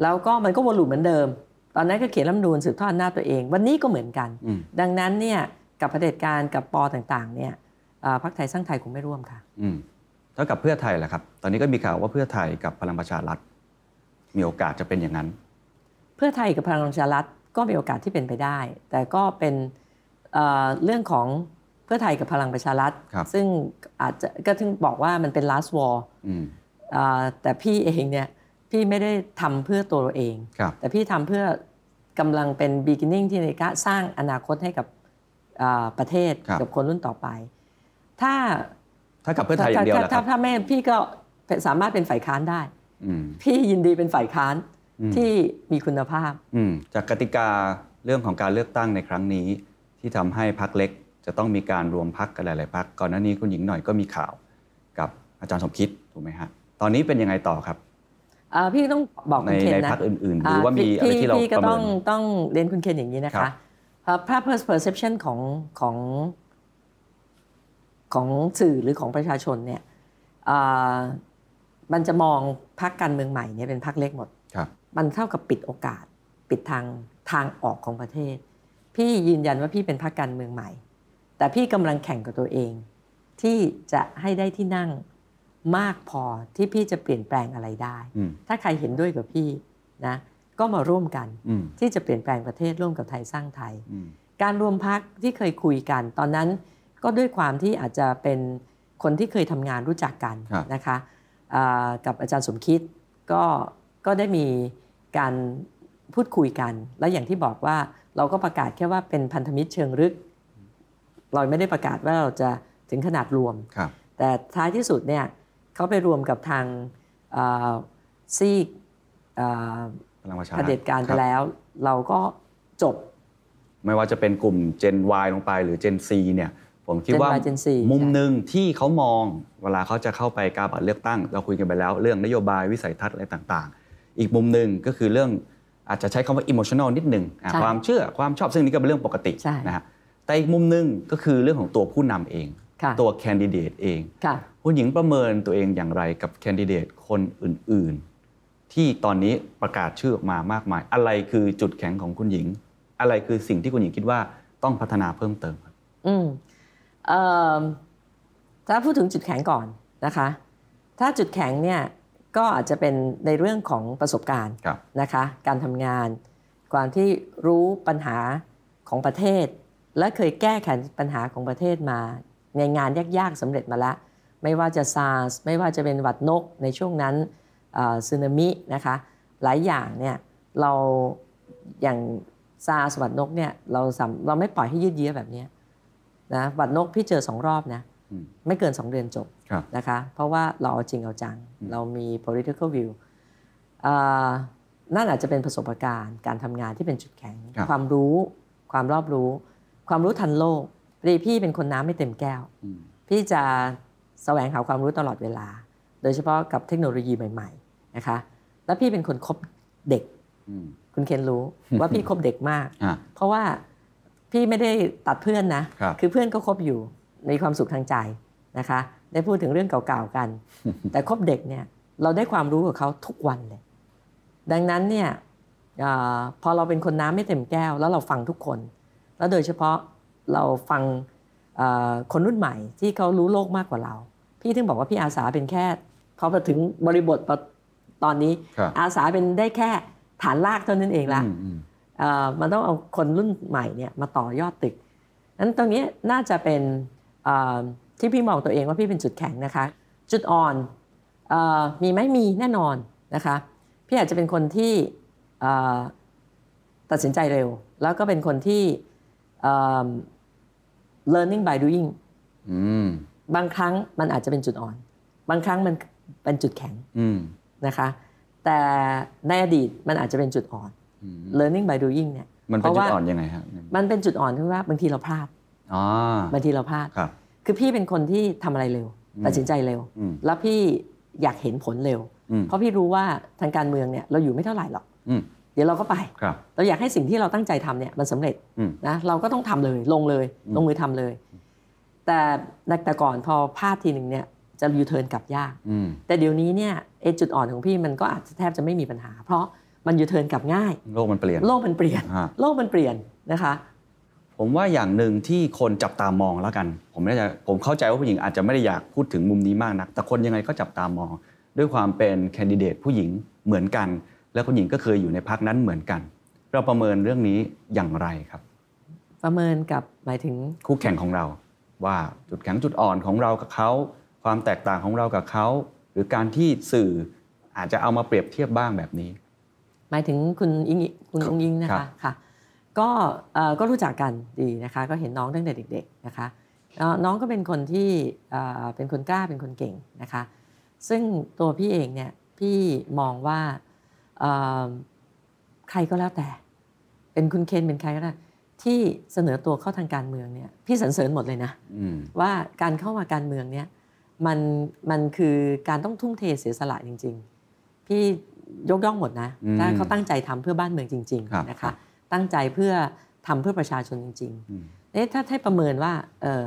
Speaker 2: แล้วก็มันก็วนลูปเหมือนเดิม ตอนนั้นก็เขียนรัฐธรรมนูญสืบทอดอำนาจตัวเอง วันนี้ก็เหมือนกัน
Speaker 1: อืม
Speaker 2: ดังนั้นเนี่ยกับเผด็จการกับปอต่างๆเนี่ยเอ่อพรรคไทยสร้างไทยคงไม่ร่วมค่ะ
Speaker 1: อืมเท่ากับเพื่อไทยแหละครับ ตอนนี้ก็มีข่าวว่าเพื่อไทยกับพลังประชารัฐมีโอกาสจะเป็นอย่างนั้น
Speaker 2: เพื่อไทยกับพลังประชารัฐก็มีโอกาสที่เป็นไปได้ แต่ก็เป็นเอ่อเรื่องของเพื่อไทยกับพลังประชารัฐ
Speaker 1: ครับ
Speaker 2: ซึ่งอาจจะก็ถึงบอกว่ามันเป็น last war
Speaker 1: อืม
Speaker 2: เอ่อแต่พี่เองเนี่ยพี่ไม่ได้ทำเพื่อตัวเราเอง
Speaker 1: ครับ
Speaker 2: แต่พี่ทำเพื่อกำลังเป็น beginning ที่ในการสร้างอนาคตให้กับเอ่อประเทศ
Speaker 1: ครับ
Speaker 2: กับคนรุ่นต่อไป ถ้า
Speaker 1: ถ้ากับเพื่อไทยอย่างเดียวแหละค
Speaker 2: ถ้า
Speaker 1: รับ
Speaker 2: ถ้าแม่พี่ก็สามารถเป็นฝ่ายค้านได้
Speaker 1: อืม
Speaker 2: พี่ยินดีเป็นฝ่ายค้าน
Speaker 1: อืม
Speaker 2: ที่มีคุณภาพ
Speaker 1: อืมจากกติกาเรื่องของการเลือกตั้งในครั้งนี้ ที่ทำให้พักเล็ก จะต้องมีการรวมพักกันหลาย ๆพักก่อนหน้านี้คุณหญิงหน่อยก็มีข่าวกับอาจารย์สมคิดถูกไหมฮะตอนนี้เป็นยังไงต่อครับ
Speaker 2: เอ่อพี่ต้องบอก
Speaker 1: ใน
Speaker 2: คุณเคน
Speaker 1: ใน
Speaker 2: นะ
Speaker 1: พักอื่น ๆ หรือว่ามีอะ
Speaker 2: พี่
Speaker 1: ไรที่เรา
Speaker 2: พี่
Speaker 1: ป
Speaker 2: ก็
Speaker 1: ระเมิ
Speaker 2: ต้อง
Speaker 1: น
Speaker 2: ต้องเรียนคุณเคนอย่างนี้นะ
Speaker 1: ครั
Speaker 2: คะ
Speaker 1: บ
Speaker 2: เอ่อภาพ perception ของของของสื่อหรือของประชาชนเนี่ยเอ่อมันจะมองพักการเมืองใหม่เนี่ยเป็นพักเล็กหมด
Speaker 1: ครับ
Speaker 2: มันเท่ากับปิดโอกาส ปิดทางทางออกของประเทศ พี่ยืนยันว่าพี่เป็นพรรคการเมืองใหม่ แต่พี่กำลังแข่งกับตัวเอง ที่จะให้ได้ที่นั่งมากพอที่พี่จะเปลี่ยนแปลงอะไรได้
Speaker 1: อืม
Speaker 2: ถ้าใครเห็นด้วยกับพี่นะก็มาร่วมกัน
Speaker 1: อืม
Speaker 2: ที่จะเปลี่ยนแปลงประเทศร่วมกับไทยสร้างไทย
Speaker 1: อืม
Speaker 2: การรวมพักที่เคยคุยกัน ตอนนั้นก็ด้วยความที่อาจจะเป็นคนที่เคยทำงานรู้จักกัน
Speaker 1: ครับ
Speaker 2: นะคะอ่ากับอาจารย์สมคิดก็ก็ได้มีการพูดคุยกัน แล้วอย่างที่บอกว่าเราก็ประกาศแค่ว่าเป็นพันธมิตรเชิงลึก เราไม่ได้ประกาศว่าเราจะถึงขนาดรวม
Speaker 1: ครับ
Speaker 2: แต่ท้ายที่สุดเนี่ยเขาไปรวมกับทางเอ่อซีกเอ่อ
Speaker 1: พลังประชา
Speaker 2: เผ
Speaker 1: รัฐ
Speaker 2: ด็จการ
Speaker 1: ค
Speaker 2: ไป
Speaker 1: บ
Speaker 2: แล้ว เราก็จบ
Speaker 1: ไม่ว่าจะเป็นกลุ่ม Gen Y ลงไปหรือ Gen C เนี่ย ผมคิด
Speaker 2: Gen
Speaker 1: ว่า
Speaker 2: Y Gen Z
Speaker 1: มุม
Speaker 2: ใช่
Speaker 1: หนึ่งที่เขามองเวลาเขาจะเข้าไปกาบัตรเลือกตั้ง เราคุยกันไปแล้ว เรื่องนโยบายวิสัยทัศน์อะไรต่างๆ อีกมุมหนึ่งก็คือเรื่องอาจจะใช้คำว่า emotional นิดหนึ่งอ่ะ
Speaker 2: ใช่
Speaker 1: ความเชื่อความชอบซึ่งนี่ก็เป็นเรื่องปกติ
Speaker 2: ใช่
Speaker 1: นะฮะแต่อีกมุมหนึ่งก็คือเรื่องของตัวผู้นำเอง
Speaker 2: ค่ะ
Speaker 1: ตัวแคนดิเดตเอง
Speaker 2: ค่ะ
Speaker 1: คุณหญิงประเมินตัวเองอย่างไรกับแคนดิเดตคนอื่น ๆ ที่ตอนนี้ประกาศชื่อออกมามากมาย อะไรคือจุดแข็งของคุณหญิง อะไรคือสิ่งที่คุณหญิงคิดว่าต้องพัฒนาเพิ่มเติมครับ
Speaker 2: อืมเอ่อถ้าพูดถึงจุดแข็งก่อนนะคะ ถ้าจุดแข็งเนี่ยก็อาจจะเป็นในเรื่องของประสบการณ์
Speaker 1: ครับ
Speaker 2: นะคะ การทำงาน ความที่รู้ปัญหาของประเทศ และเคยแก้ไขปัญหาของประเทศมา ในงานยากๆสำเร็จมาละ ไม่ว่าจะซาร์สไม่ว่าจะเป็นหวัดนกในช่วงนั้นซึนามินะคะ หลายอย่างเนี่ยเราอย่างซาร์สหวัดนกเนี่ยเราสามเราไม่ปล่อยให้ยืดเยื้อแบบเนี้ย นะบัตรนกพี่เจอสองรอบนะ
Speaker 1: อืม
Speaker 2: ไม่เกินสองเดือนจบ
Speaker 1: ครับ
Speaker 2: นะคะ เพราะว่าเราเอาจริงเอาจัง
Speaker 1: อืม
Speaker 2: เรามี political view เอ่อนั่นอาจจะเป็นประสบการณ์การทำงานที่เป็นจุดแข็ง
Speaker 1: ครับ
Speaker 2: ความรู้ความรอบรู้ ความรู้ทันโลกพอดีพี่เป็นคนน้ำไม่เต็มแก้ว
Speaker 1: อืม
Speaker 2: พี่จะแสวงหาความรู้ตลอดเวลา โดยเฉพาะกับเทคโนโลยีใหม่ๆนะคะแล้วพี่เป็นคนคบเด็ก
Speaker 1: อืม
Speaker 2: คุณเคนรู้ ว่าพี่คบเด็กมาก
Speaker 1: อ่ะ
Speaker 2: เพราะว่าพี่ไม่ได้ตัดเพื่อนนะครับ อเพื่อนก็คบอยู่มีความสุขทางใจนะคะ ได้พูดถึงเรื่องเก่าๆกัน แต่คบเด็กเนี่ยเราได้ความรู้กับเขาทุกวันเลย ดังนั้นเนี่ยเออพอเราเป็นคนน้ำไม่เต็มแก้ว แล้วเราฟังทุกคน แล้วโดยเฉพาะเราฟังเอ่อคนรุ่นใหม่ที่เขารู้โลกมากกว่าเรา พี่ถึงบอกว่าพี่อาสาเป็นแค่พอมาถึงบริบทตอนนี้
Speaker 1: ครับ
Speaker 2: อาสาเป็นได้แค่ฐานรากเท่านั้นเองละ
Speaker 1: อืมอืม
Speaker 2: เอ่อมันต้องเอาคนรุ่นใหม่เนี่ยมาต่อยอดตึกนั้นตรงเนี้ยน่าจะเป็นเอ่อที่พี่มองตัวเองว่าพี่เป็นจุดแข็งนะคะ จุดอ่อนเออมีไหมมีแน่นอนนะคะพี่อาจจะเป็นคนที่เอ่อตัดสินใจเร็ว แล้วก็เป็นคนที่เอิ่ม learning by doing
Speaker 1: อืม
Speaker 2: บางครั้งมันอาจจะเป็นจุดอ่อน บางครั้งมันเป็นจุดแข็ง
Speaker 1: อืม
Speaker 2: นะคะ แต่ในอดีตมันอาจจะเป็นจุดอ่อน
Speaker 1: อืม
Speaker 2: learning by doing เนี่ย
Speaker 1: มันเป็น
Speaker 2: เพ
Speaker 1: จุ
Speaker 2: ราะ
Speaker 1: ด
Speaker 2: ว่า
Speaker 1: อ่อนยังไงฮะ
Speaker 2: มันเป็นจุดอ่อนที่ว่าบางทีเราพลาด
Speaker 1: อ๋อบ
Speaker 2: างทีเราพลาด
Speaker 1: ครับ
Speaker 2: คือพี่เป็นคนที่ทำอะไรเร็ว
Speaker 1: อืม
Speaker 2: ตัดสินใจเร็ว
Speaker 1: อืม
Speaker 2: แล้วพี่อยากเห็นผลเร็ว
Speaker 1: อืม
Speaker 2: เพราะพี่รู้ว่าทางการเมืองเนี่ยเราอยู่ไม่เท่าไหร่หรอก
Speaker 1: อืม
Speaker 2: เดี๋ยวเราก็ไป
Speaker 1: ครับ
Speaker 2: เราอยากให้สิ่งที่เราตั้งใจทำเนี่ยมันสำเร็จ
Speaker 1: อืม
Speaker 2: นะเราก็ต้องทำเลยลงเลย
Speaker 1: อืม
Speaker 2: ลงมือทำเลย แต่แต่ก่อนพอพลาดทีหนึ่งเนี่ยจะยูเทิร์นกลับยาก
Speaker 1: อืม
Speaker 2: แต่เดี๋ยวนี้เนี่ยไอจุดอ่อนของพี่มันก็อาจจะแทบจะไม่มีปัญหา เพราะมันยูเทิร์นกลับง่าย
Speaker 1: โลกมันเปลี่ยน
Speaker 2: โลกมันเปลี่ยน
Speaker 1: ฮะ
Speaker 2: โลกมันเปลี่ยนนะคะ
Speaker 1: ผมว่าอย่างหนึ่งที่คนจับตามองแล้วกัน ผมไม่แน่ใจผมเข้าใจว่าผู้หญิงอาจจะไม่ได้อยากพูดถึงมุมนี้มากนัก แต่คนยังไงก็จับตามอง ด้วยความเป็นแคนดิเดตผู้หญิงเหมือนกัน และคนหญิงก็เคยอยู่ในพักนั้นเหมือนกัน เราประเมินเรื่องนี้อย่างไรครับ
Speaker 2: ประเมินกับหมายถึง
Speaker 1: คู่แข่งของเรา ว่าจุดแข็งจุดอ่อนของเรากับเขาความแตกต่างของเรากับเขาหรือการที่สื่ออาจจะเอามาเปรียบเทียบบ้างแบบนี้
Speaker 2: หมายถึงคุณอิงอิคุณ
Speaker 1: ครับ
Speaker 2: องอิงนะ
Speaker 1: ครั
Speaker 2: คะ
Speaker 1: บ
Speaker 2: ค่ะก็เอ่อก็รู้จักกันดีนะคะ ก็เห็นน้องตั้งแต่เด็ก ๆนะคะเอ่อน้องก็เป็นคนที่เอ่อเป็นคนกล้าเป็นคนเก่งนะคะ ซึ่งตัวพี่เองเนี่ยพี่มองว่าเอ่อใครก็แล้วแต่ เป็นคุณเคนเป็นใครก็ได้ที่เสนอตัวเข้าทางการเมืองเนี่ยพี่สรรเสริญหมดเลยนะ
Speaker 1: อืม
Speaker 2: ว่าการเข้ามาการเมืองเนี่ยมันมันคือการต้องทุ่มเทเสียสละจริง ๆ พี่ยกย่องหมดนะ
Speaker 1: อืม
Speaker 2: ถ้าเขาตั้งใจทำเพื่อบ้านเมืองจริง
Speaker 1: ครับ
Speaker 2: ๆนะ
Speaker 1: ครั
Speaker 2: คะ
Speaker 1: บ
Speaker 2: ตั้งใจเพื่อทำเพื่อประชาชนจริง
Speaker 1: อืม
Speaker 2: ๆเอ๊ะถ้าให้ประเมินว่าเออ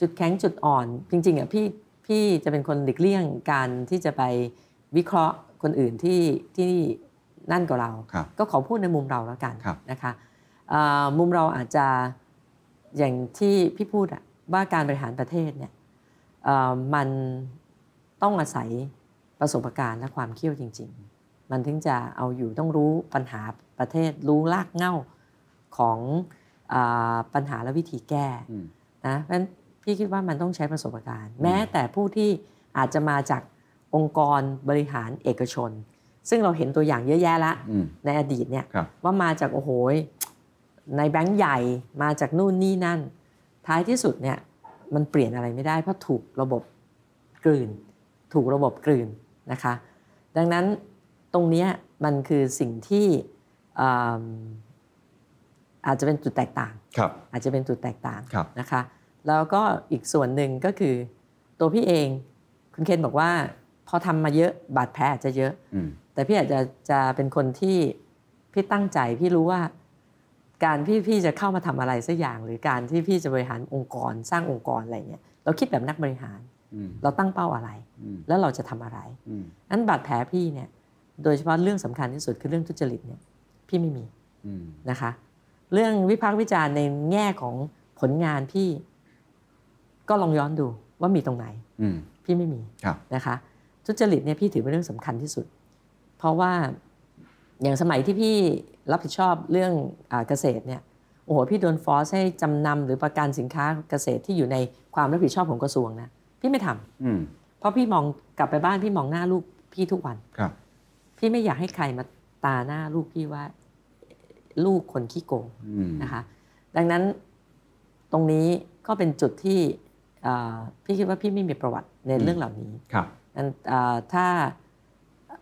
Speaker 2: จุดแข็งจุดอ่อน จริงๆอ่ะพี่พี่จะเป็นคนหลีกเลี่ยงการที่จะไปวิเคราะห์คนอื่นที่ที่นั่นกว่าเรา
Speaker 1: ครับ
Speaker 2: ก็ขอพูดในมุมเราแล้วกัน
Speaker 1: ครับ
Speaker 2: นะคะเอ่อมุมเราอาจจะอย่างที่พี่พูดอะว่าการบริหารประเทศเนี่ยเอ่อมันต้องอาศัยประสบการณ์และความเขี้ยวจริง ๆ มันถึงจะเอาอยู่ต้องรู้ปัญหาประเทศรู้รากเหง้าของเออปัญหาและวิธีแก้
Speaker 1: อืม
Speaker 2: นะเพราะฉะนั้นพี่คิดว่ามันต้องใช้ประสบการณ์ แม้แต่ผู้ที่อาจจะมาจากองค์กรบริหารเอกชน ซึ่งเราเห็นตัวอย่างเยอะแยะละ
Speaker 1: อืม
Speaker 2: ในอดีตเนี่ย
Speaker 1: ครับ
Speaker 2: ว่ามาจากโอ้โหยในแบงก์ใหญ่มาจากนู่นนี่นั่น ท้ายที่สุดเนี่ยมันเปลี่ยนอะไรไม่ได้เพราะถูกระบบกลืน ถูกระบบกลืนนะคะ ดังนั้นตรงเนี้ยมันคือสิ่งที่เอิ่มอาจจะเป็นจุดแตกต่าง
Speaker 1: ครับ
Speaker 2: อาจจะเป็นจุดแตกต่าง
Speaker 1: ครับ
Speaker 2: นะคะ แล้วก็อีกส่วนหนึ่งก็คือตัวพี่เองคุณเคนบอกว่าพอทำมาเยอะบาดแผลอาจจะเยอะ
Speaker 1: อืม
Speaker 2: แต่พี่อาจจะจะเป็นคนที่พี่ตั้งใจพี่รู้ว่าการที่พี่จะเข้ามาทำอะไรสักอย่าง หรือการที่พี่จะบริหารองค์กรสร้างองค์กรอะไรเนี่ยเราคิดแบบนักบริหาร
Speaker 1: อืม
Speaker 2: เราตั้งเป้าอะไร
Speaker 1: อืม
Speaker 2: แล้วเราจะทำอะไร
Speaker 1: อืม
Speaker 2: นั้นบาดแผลพี่เนี่ยโดยเฉพาะเรื่องสำคัญที่สุดคือเรื่องทุจริตเนี่ยพี่ไม่มี
Speaker 1: อืม
Speaker 2: นะคะ เรื่องวิพากษ์วิจารณ์ในแง่ของผลงานพี่ก็ลองย้อนดูว่ามีตรงไหน
Speaker 1: อืม
Speaker 2: พี่ไม่มี
Speaker 1: ครับ
Speaker 2: นะคะทุจริตเนี่ยพี่ถือเป็นเรื่องสำคัญที่สุด เพราะว่าอย่างสมัยที่พี่รับผิดชอบเรื่องอาเกษตรเนี่ยโอ้โหพี่โดนฟอสให้จำนำหรือประกันสินค้าเกษตรที่อยู่ในความรับผิดชอบของกระทรวงนะพี่ไม่ทำ
Speaker 1: อืม
Speaker 2: เพราะพี่มองกลับไปบ้านพี่มองหน้าลูกพี่ทุกวัน
Speaker 1: ครับ
Speaker 2: พี่ไม่อยากให้ใครมาตาหน้าลูกพี่ว่าลูกคนขี้โกง
Speaker 1: อืม
Speaker 2: นะคะดังนั้นตรงนี้ก็เป็นจุดที่เอ่อพี่คิดว่าพี่ไม่มีประวัติใน
Speaker 1: อืม
Speaker 2: เรื่องเหล่านี้
Speaker 1: ครับ
Speaker 2: นั้นเอ่อถ้า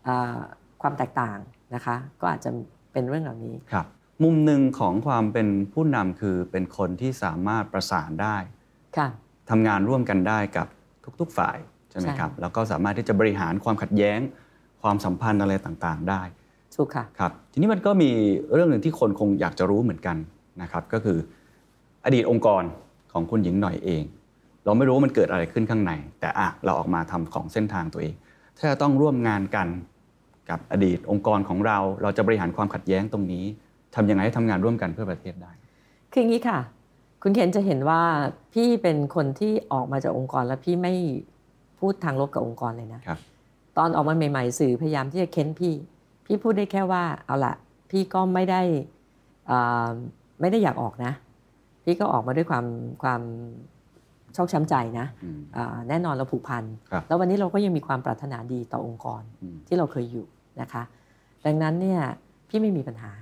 Speaker 2: เอ่อความแตกต่างนะคะก็อาจจะเป็นเรื่องเหล่านี้
Speaker 1: ครับมุมหนึ่งของความเป็นผู้นำคือเป็นคนที่สามารถประสานได้
Speaker 2: ค่ะ
Speaker 1: ทำงานร่วมกันได้กับทุก ๆ ฝ่ายใช่ไหม
Speaker 2: ใช่
Speaker 1: ครับ แล้วก็สามารถที่จะบริหารความขัดแย้ง ความสัมพันธ์อะไรต่างๆ ได้
Speaker 2: ถูกค่ะ
Speaker 1: ครับ ทีนี้มันก็มีเรื่องหนึ่งที่คนคงอยากจะรู้เหมือนกันนะครับ ก็คืออดีตองค์กรของคุณหญิงหน่อยเอง เราไม่รู้ว่ามันเกิดอะไรขึ้นข้างใน แต่อ่ะเราออกมาทำของเส้นทางตัวเอง ถ้าจะต้องร่วมงานกันกับอดีตองค์กรของเรา เราจะบริหารความขัดแย้งตรงนี้ทำยังไงให้ทำงานร่วมกันเพื่อประเทศได้
Speaker 2: คืออย่างนี้ค่ะ คุณเคนจะเห็นว่าพี่เป็นคนที่ออกมาจากองค์กรแล้วพี่ไม่พูดทางลบกับองค์กรเลยนะครับ ตอนออกมาใหม่ ๆ สื่อพยายามที่จะเค้นพี่ พี่พูดได้แค่ว่าเอาละพี่ก็ไม่ได้ อ่าไม่ได้อยากออกนะ พี่ก็ออกมาด้วยความความชอกช้ำใจนะ
Speaker 1: อืม
Speaker 2: อ่าแน่นอนเราผูกพัน
Speaker 1: ครับ
Speaker 2: แล้ววันนี้เราก็ยังมีความปรารถนาดีต่อองค์กร
Speaker 1: อืม
Speaker 2: ที่เราเคยอยู่นะคะ ดังนั้นเนี่ยพี่ไม่มีปัญหา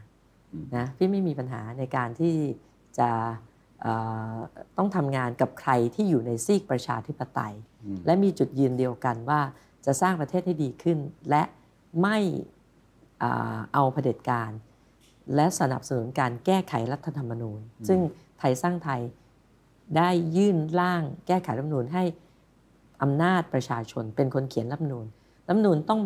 Speaker 1: อืม
Speaker 2: นะพี่ไม่มีปัญหาในการที่จะเอ่อต้องทำงานกับใครที่อยู่ในซีกประชาธิปไตย
Speaker 1: อืม
Speaker 2: และมีจุดยืนเดียวกันว่าจะสร้างประเทศให้ดีขึ้น และไม่อ่าเอาเผด็จการ และสนับสนุนการแก้ไขรัฐธรรมนูญ ซึ่งไทยสร้างไทยได้ยื่นร่างแก้ไขรัฐธรรมนูญให้อำนาจประชาชนเป็นคนเขียนรัฐธรรมนูญรัฐธรรมนูญต้อง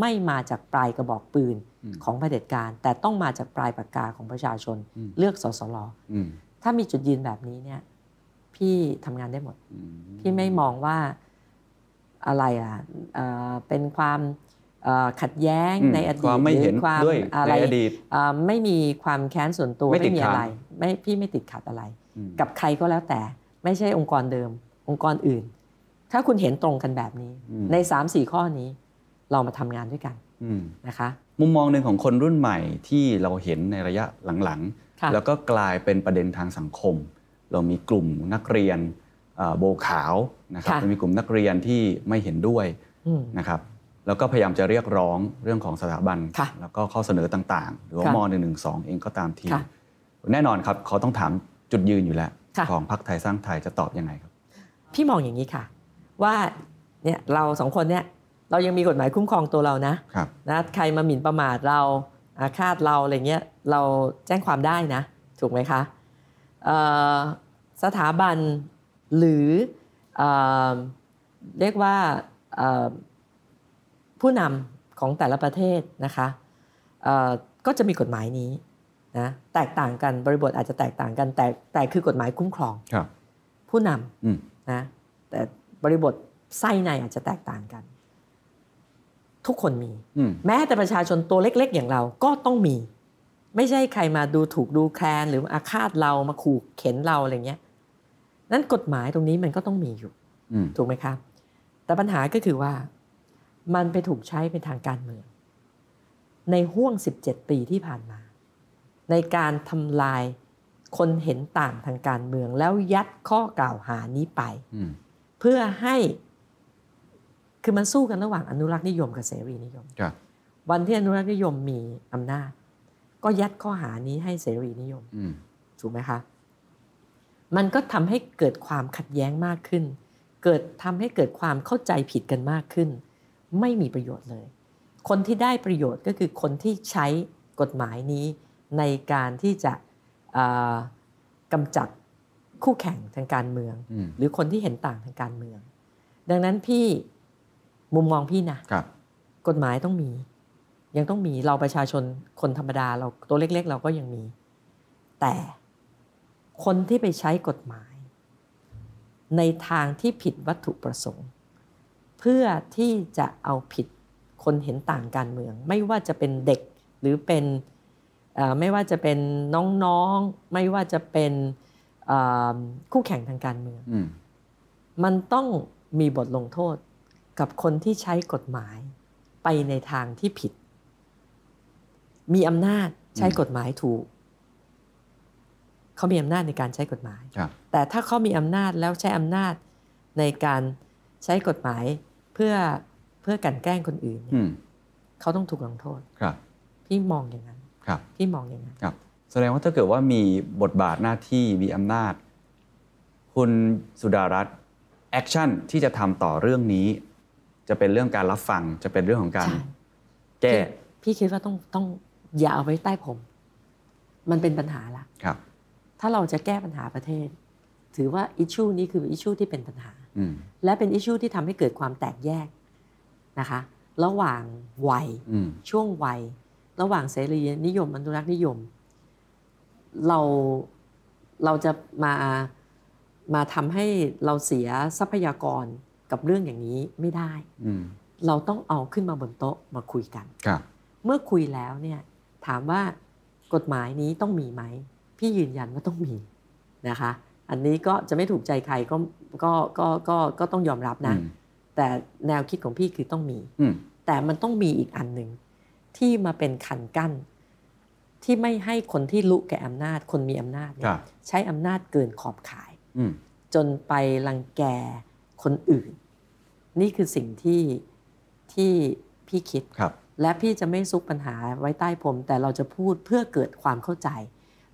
Speaker 2: ไม่มาจากปลายกระบอกปืน
Speaker 1: อืม
Speaker 2: ของเผด็จการ แต่ต้องมาจากปลายปากกาของประชาชน
Speaker 1: อืม
Speaker 2: เลือกสสล
Speaker 1: อืม
Speaker 2: ถ้ามีจุดยืนแบบนี้เนี่ยพี่ทำงานได้หมด
Speaker 1: อืม
Speaker 2: พี่ไม่มองว่าอะไรอ่ะเอ่อเป็นความเอ่อขัดแย้ง
Speaker 1: อืม
Speaker 2: ในอดีต
Speaker 1: ความไม่
Speaker 2: หรือ
Speaker 1: เห็น
Speaker 2: ความ
Speaker 1: ด้วย
Speaker 2: อะไร
Speaker 1: ในอดีต
Speaker 2: เอ่อไม่มีความแค้นส่วนตัว
Speaker 1: ไม่ติด
Speaker 2: มีอะไร
Speaker 1: ขัด
Speaker 2: ไม่พี่ไม่ติดขัดอะไร
Speaker 1: อืม
Speaker 2: กับใครก็แล้วแต่ ไม่ใช่องค์กรเดิม องค์กรอื่น ถ้าคุณเห็นตรงกันแบบนี้
Speaker 1: อืม
Speaker 2: ใน3ามสี่ข้อนี้ เรามาทำงานด้วยกัน
Speaker 1: อืม
Speaker 2: นะคะ
Speaker 1: มุมมองหนึ่งของคนรุ่นใหม่ที่เราเห็นในระยะหลัง
Speaker 2: ค่ะ
Speaker 1: ๆ แล้วก็กลายเป็นประเด็นทางสังคม เรามีกลุ่มนักเรียนเอ่อโบขาวนะครับเรามีกลุ่มนักเรียนที่ไม่เห็นด้วย
Speaker 2: อืม
Speaker 1: นะครับ แล้วก็พยายามจะเรียกร้องเรื่องของสถาบัน
Speaker 2: ค่ะ
Speaker 1: แล้วก็ข้อเสนอต่างๆ หรือว่า
Speaker 2: ค่ะ
Speaker 1: ม .112 เองก็ตามที
Speaker 2: ค่ะ
Speaker 1: แน่นอนครับเขาต้องถามจุดยืนอยู่แล้ว
Speaker 2: ค่ะ
Speaker 1: ของพรรคไทยสร้างไทยจะตอบยังไงครับ
Speaker 2: พี่มองอย่างนี้ค่ะ ว่าเนี่ยเราสองคนเนี่ยเรายังมีกฎหมายคุ้มครองตัวเรานะ
Speaker 1: ครับ
Speaker 2: นะใครมาหมิ่นประมาทเราอาฆาตเราอะไรเงี้ยเราแจ้งความได้นะ ถูกไหมคะเอ่อสถาบันหรือเอ่อเรียกว่าเอ่อผู้นำของแต่ละประเทศนะคะเอ่อก็จะมีกฎหมายนี้นะแตกต่างกันบริบทอาจจะแตกต่างกันแต่แต่คือกฎหมายคุ้มครอง
Speaker 1: ครับ
Speaker 2: ผู้น
Speaker 1: อืม
Speaker 2: ำนะแต่บริบทไส้ในอาจจะแตกต่างกัน ทุกคนมี
Speaker 1: อืม
Speaker 2: แม้แต่ประชาชนตัวเล็ก ๆ อย่างเราก็ต้องมี ไม่ใช่ใครมาดูถูกดูแคลนหรืออาฆาตเรามาขู่เข็นเราอะไรเงี้ยนั้นกฎหมายตรงนี้มันก็ต้องมีอยู่
Speaker 1: อืม
Speaker 2: ถูกไหมครับ แต่ปัญหาก็คือว่ามันไปถูกใช้เป็นทางการเมือง ในห่วง 17 ปีที่ผ่านมา ในการทำลายคนเห็นต่างทางการเมือง แล้วยัดข้อกล่าวหานี้ไป
Speaker 1: อืม
Speaker 2: เพื่อให้คือมันสู้กันระหว่างอนุรักษ์นิยมกับเสรีนิยม
Speaker 1: ครับ
Speaker 2: วันที่อนุรักษ์นิยมมีอำนาจ ก็ยัดข้อหานี้ให้เสรีนิยม
Speaker 1: อืม
Speaker 2: ถูกไหมคะ มันก็ทำให้เกิดความขัดแย้งมากขึ้น เกิดทำให้เกิดความเข้าใจผิดกันมากขึ้น ไม่มีประโยชน์เลย คนที่ได้ประโยชน์ก็คือคนที่ใช้กฎหมายนี้ในการที่จะเอ่อกำจัดคู่แข่งทางการเมือง
Speaker 1: อืม
Speaker 2: หรือคนที่เห็นต่างทางการเมือง ดังนั้นพี่มุมมองพี่นะ
Speaker 1: ครับ
Speaker 2: กฎหมายต้องมี ยังต้องมีเราประชาชนคนธรรมดาเราตัวเล็ก ๆ เราก็ยังมี แต่คนที่ไปใช้กฎหมาย ในทางที่ผิดวัตถุประสงค์ เพื่อที่จะเอาผิดคนเห็นต่างการเมือง ไม่ว่าจะเป็นเด็กหรือเป็นเอ่อไม่ว่าจะเป็นน้องๆ ไม่ว่าจะเป็นเอ่อคู่แข่งทางการเมือง
Speaker 1: อืม
Speaker 2: มันต้องมีบทลงโทษกับคนที่ใช้กฎหมายไปในทางที่ผิด มีอำนาจใช้กฎหมายถูก เขามีอำนาจในการใช้กฎหมาย
Speaker 1: ครับ
Speaker 2: แต่ถ้าเขามีอำนาจแล้วใช้อำนาจในการใช้กฎหมายเพื่อเพื่อกลันแกล้งคนอื่นเนี่
Speaker 1: อื
Speaker 2: ย
Speaker 1: ม
Speaker 2: เขาต้องถูกลงโทษ
Speaker 1: ครับ
Speaker 2: พี่มองอย่างนั้น
Speaker 1: ครับ
Speaker 2: พี่มองอย่างนั้น
Speaker 1: ครับแสดงว่าถ้าเกิดว่ามีบทบาทหน้าที่มีอำนาจ คุณสุดารัตน์แอคชั่นที่จะทำต่อเรื่องนี้ จะเป็นเรื่องการรับฟังจะเป็นเรื่องของการ
Speaker 2: ใช่
Speaker 1: แก้
Speaker 2: พี่พี่คิดว่าต้องต้องอย่าเอาไว้ใต้ผม มันเป็นปัญหาละ
Speaker 1: ครับ
Speaker 2: ถ้าเราจะแก้ปัญหาประเทศ ถือว่าอิชชูนี้คืออิชชูที่เป็นปัญหา
Speaker 1: อืม
Speaker 2: และเป็นอิชชูที่ทำให้เกิดความแตกแยกนะคะระหว่างวัย
Speaker 1: อืม
Speaker 2: ช่วงวัย ระหว่างเสรีนิยมอนุรักษ์นิยม เราเราจะมามาทำให้เราเสียทรัพยากรกับเรื่องอย่างนี้ไม่ได้
Speaker 1: อืม
Speaker 2: เราต้องเอาขึ้นมาบนโต๊ะมาคุยกัน
Speaker 1: ครับ
Speaker 2: เมื่อคุยแล้วเนี่ยถามว่ากฎหมายนี้ต้องมีไหม พี่ยืนยันว่าต้องมีนะคะ อันนี้ก็จะไม่ถูกใจใครก็ก็ก็ก็ก็ต้องยอมรับนะ
Speaker 1: อืม
Speaker 2: แต่แนวคิดของพี่คือต้องมี
Speaker 1: อืม
Speaker 2: แต่มันต้องมีอีกอันหนึ่งที่มาเป็นขันกั้น ที่ไม่ให้คนที่ลุแก่อำนาจคนมีอำนาจเนี่
Speaker 1: ครั
Speaker 2: ย
Speaker 1: บ
Speaker 2: ใช้อำนาจเกินขอบข่าย
Speaker 1: อืม
Speaker 2: จนไปรังแกคนอื่น นี่คือสิ่งที่ที่พี่คิด
Speaker 1: ครับ
Speaker 2: และพี่จะไม่ซุกปัญหาไว้ใต้ผม แต่เราจะพูดเพื่อเกิดความเข้าใจ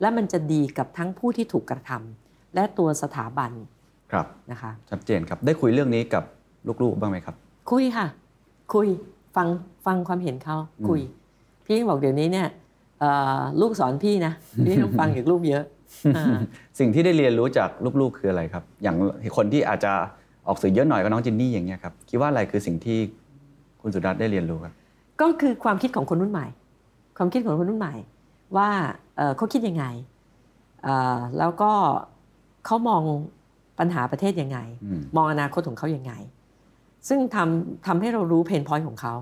Speaker 2: และมันจะดีกับทั้งผู้ที่ถูกกระทำและตัวสถาบัน
Speaker 1: ครับ
Speaker 2: นะคะ
Speaker 1: ชัดเจนครับ ได้คุยเรื่องนี้กับลูกๆบ้างไหมครับ
Speaker 2: คุยค่ะ คุยฟังฟังความเห็นเขา
Speaker 1: อืม
Speaker 2: คุย พี่บอกเดี๋ยวนี้เนี่ยเอ่อลูกสอนพี่นะพี่ต้องฟังจากลูกเยอะ อ่า
Speaker 1: สิ่งที่ได้เรียนรู้จากลูกๆคืออะไรครับ อย่างคนที่อาจจะออกสื่อเยอะหน่อยก็น้องจินนี่อย่างเงี้ยครับ คิดว่าอะไรคือสิ่งที่คุณสุดัตน์ได้เรียนรู้ครับ
Speaker 2: ก็คือความคิดของคนรุ่นใหม่ ความคิดของคนรุ่นใหม่ ว่าเอ่อเขาคิดยังไงเอ่อแล้วก็เขามองปัญหาประเทศยังไง
Speaker 1: อืม
Speaker 2: มองอนาคตของเขายังไง ซึ่งทำทำให้เรารู้เพนพอยต์ของเขา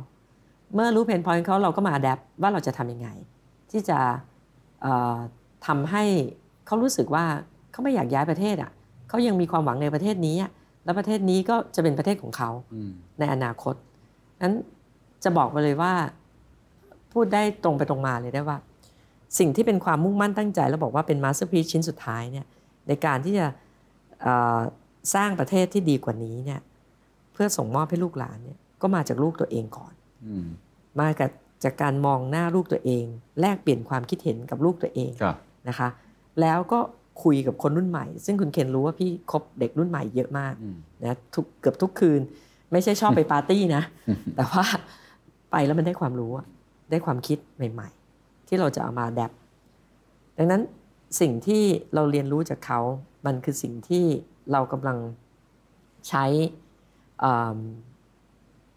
Speaker 2: เมื่อรู้เพนพอยต์ของเขาเราก็มาอัดแอปว่าเราจะทำยังไง ที่จะเอ่อทำให้เขารู้สึกว่าเขาไม่อยากย้ายประเทศอ่ะเขายังมีความหวังในประเทศนี้อะแล้วประเทศนี้ก็จะเป็นประเทศของเขา
Speaker 1: อืม
Speaker 2: ในอนาคตนั้นจะบอกไปเลยว่าพูดได้ตรงไปตรงมาเลยได้ว่า สิ่งที่เป็นความมุ่งมั่นตั้งใจ แล้วบอกว่าเป็นมาสเตอร์พีชิ้นสุดท้ายเนี่ยในการที่จะเอ่อสร้างประเทศที่ดีกว่านี้เนี่ยเพื่อส่งมอบให้ลูกหลานเนี่ยก็มาจากลูกตัวเองก่อน
Speaker 1: อืม
Speaker 2: มากับจากการมองหน้าลูกตัวเอง แลกเปลี่ยนความคิดเห็นกับลูกตัวเอง
Speaker 1: ครับ
Speaker 2: นะคะ แล้วก็คุยกับคนรุ่นใหม่ ซึ่งคุณเคนรู้ว่าพี่คบเด็กรุ่นใหม่เยอะมาก
Speaker 1: อืม
Speaker 2: นะทุกเกือบทุกคืน ไม่ใช่ชอบไปปาร์ตี้นะ แต่ว่าไปแล้วมันได้ความรู้อะได้ความคิดใหม่ ๆ ที่เราจะเอามาแดบดังนั้นสิ่งที่เราเรียนรู้จากเขา มันคือสิ่งที่เรากำลังใช้เอิ่ม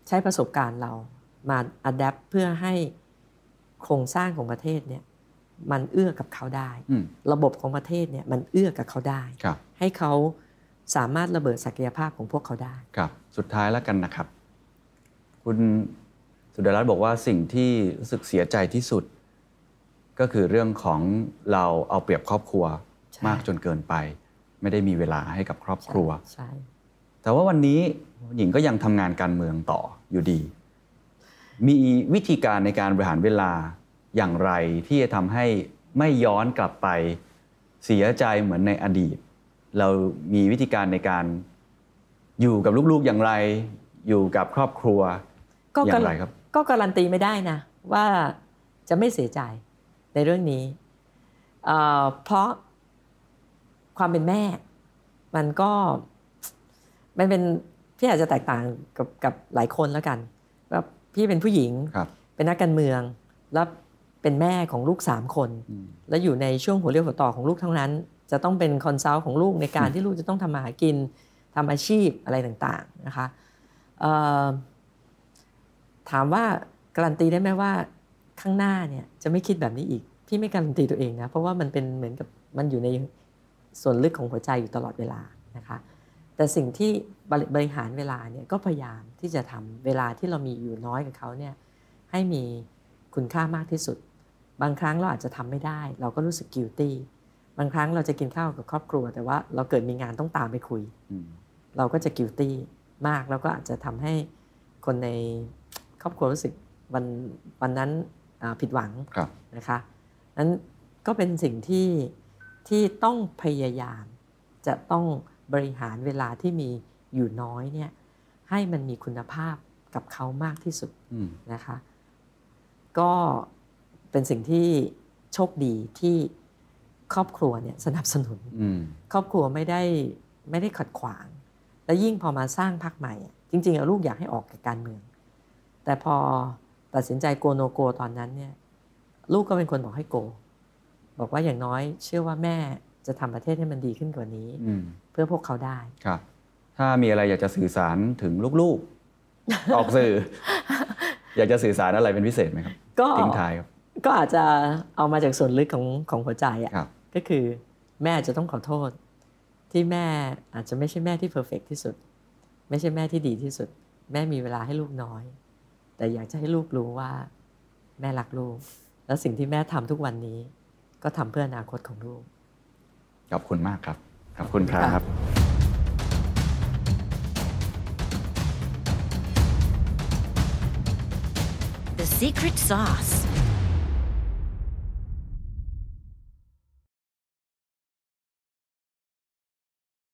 Speaker 2: ใช้ประสบการณ์เรามาอัดแอปเพื่อให้โครงสร้างของประเทศเนี่ยมันเอื้อกับเขาได้
Speaker 1: อืม
Speaker 2: ระบบของประเทศเนี่ยมันเอื้อกับเขาได้
Speaker 1: ครับ
Speaker 2: ให้เขาสามารถระเบิดศักยภาพของพวกเขาได้
Speaker 1: ครับ สุดท้ายแล้วกันนะครับ คุณสุดารัตน์บอกว่าสิ่งที่รู้สึกเสียใจที่สุด ก็คือเรื่องของเราเอาเปรียบครอบครัว
Speaker 2: ใช่
Speaker 1: มากจนเกินไป ไม่ได้มีเวลาให้กับครอบครัว
Speaker 2: ใช่
Speaker 1: แต่ว่าวันนี้หญิงก็ยังทำงานการเมืองต่ออยู่ดี มีวิธีการในการบริหารเวลาอย่างไรที่จะทำให้ไม่ย้อนกลับไปเสียใจเหมือนในอดีต เรามีวิธีการในการอยู่กับลูกๆอย่างไร อยู่กับครอบครัว อย่า
Speaker 2: การ
Speaker 1: งไรครับ
Speaker 2: ก็การันตีไม่ได้นะ ว่าจะไม่เสียใจในเรื่องนี้เอ่อเพราะความเป็นแม่ มันก็ มันเป็นพี่อาจจะแตกต่างกับกับหลายคนแล้วกันว่าพี่เป็นผู้หญิง
Speaker 1: ครับ
Speaker 2: เป็นนักการเมือง แล้วเป็นแม่ของลูกสามคน
Speaker 1: อืม
Speaker 2: แล้วอยู่ในช่วงหัวเรี่ยวหัวต่อของลูกทั้งนั้น จะต้องเป็นคอนซัลท์ของลูกในการที่ลูกจะต้องทำมาหากินทำอาชีพอะไรต่างๆนะคะเอ่อถามว่าการันตีได้ไหมว่าข้างหน้าเนี่ยจะไม่คิดแบบนี้อีก พี่ไม่การันตีตัวเองนะ เพราะว่ามันเป็นเหมือนกับมันอยู่ในส่วนลึกของหัวใจอยู่ตลอดเวลานะคะแต่สิ่งที่บริบริหารเวลาเนี่ยก็พยายามที่จะทำเวลาที่เรามีอยู่น้อยกับเขาเนี่ย ให้มีคุณค่ามากที่สุด บางครั้งเราอาจจะทำไม่ได้ เราก็รู้สึกกิ i ตี้บางครั้งเราจะกินข้าวกับครอบครัว แต่ว่าเราเกิดมีงานต้องตามไปคุย
Speaker 1: อืม
Speaker 2: เราก็จะกิ i ตี้มากแล้วก็อาจจะทำให้คนในครอบครัวรู้สึกวันวันนั้นอ่าผิดหวัง
Speaker 1: ครับ
Speaker 2: นะคะนั้นก็เป็นสิ่งที่ที่ต้องพยายาม จะต้องบริหารเวลาที่มีอยู่น้อยเนี่ยให้มันมีคุณภาพกับเขามากที่สุด
Speaker 1: อืม
Speaker 2: นะคะก็เป็นสิ่งที่โชคดีที่ครอบครัวเนี่ยสนับสนุน
Speaker 1: อืม
Speaker 2: ครอบครัวไม่ได้ไม่ได้ขัดขวาง และยิ่งพอมาสร้างพรรคใหม่อะจริงๆอะลูกอยากให้ออกจากการเมือง แต่พอตัดสินใจโกโนโกตอนนั้นเนี่ยลูกก็เป็นคนบอกให้โก บอกว่าอย่างน้อยเชื่อว่าแม่จะทำประเทศให้มันดีขึ้นกว่านี้
Speaker 1: อืม
Speaker 2: เพื่อพวกเขาได้
Speaker 1: ครับ ถ้ามีอะไรอยากจะสื่อสารถึงลูกๆ ออกสื่อ อยากจะสื่อสารอะไรเป็นพิเศษไหมครับ
Speaker 2: ก็
Speaker 1: ทิ้งท้ายครับ
Speaker 2: ก็อาจจะเอามาจากส่วนลึกของของหัวใจ
Speaker 1: ครั
Speaker 2: อะ่ะ
Speaker 1: บ
Speaker 2: ก็คือแม่จะต้องขอโทษ ที่แม่อาจจะไม่ใช่แม่ที่เพอร์เฟกที่สุด ไม่ใช่แม่ที่ดีที่สุด แม่มีเวลาให้ลูกน้อย แต่อยากจะให้ลูกรู้ว่าแม่รักลูก แล้วสิ่งที่แม่ทำทุกวันนี้ ก็ทำเพื่ออนาคตของลูก
Speaker 1: ขอบคุณมากครับ ขอบคุณครับ
Speaker 4: The secret sauce.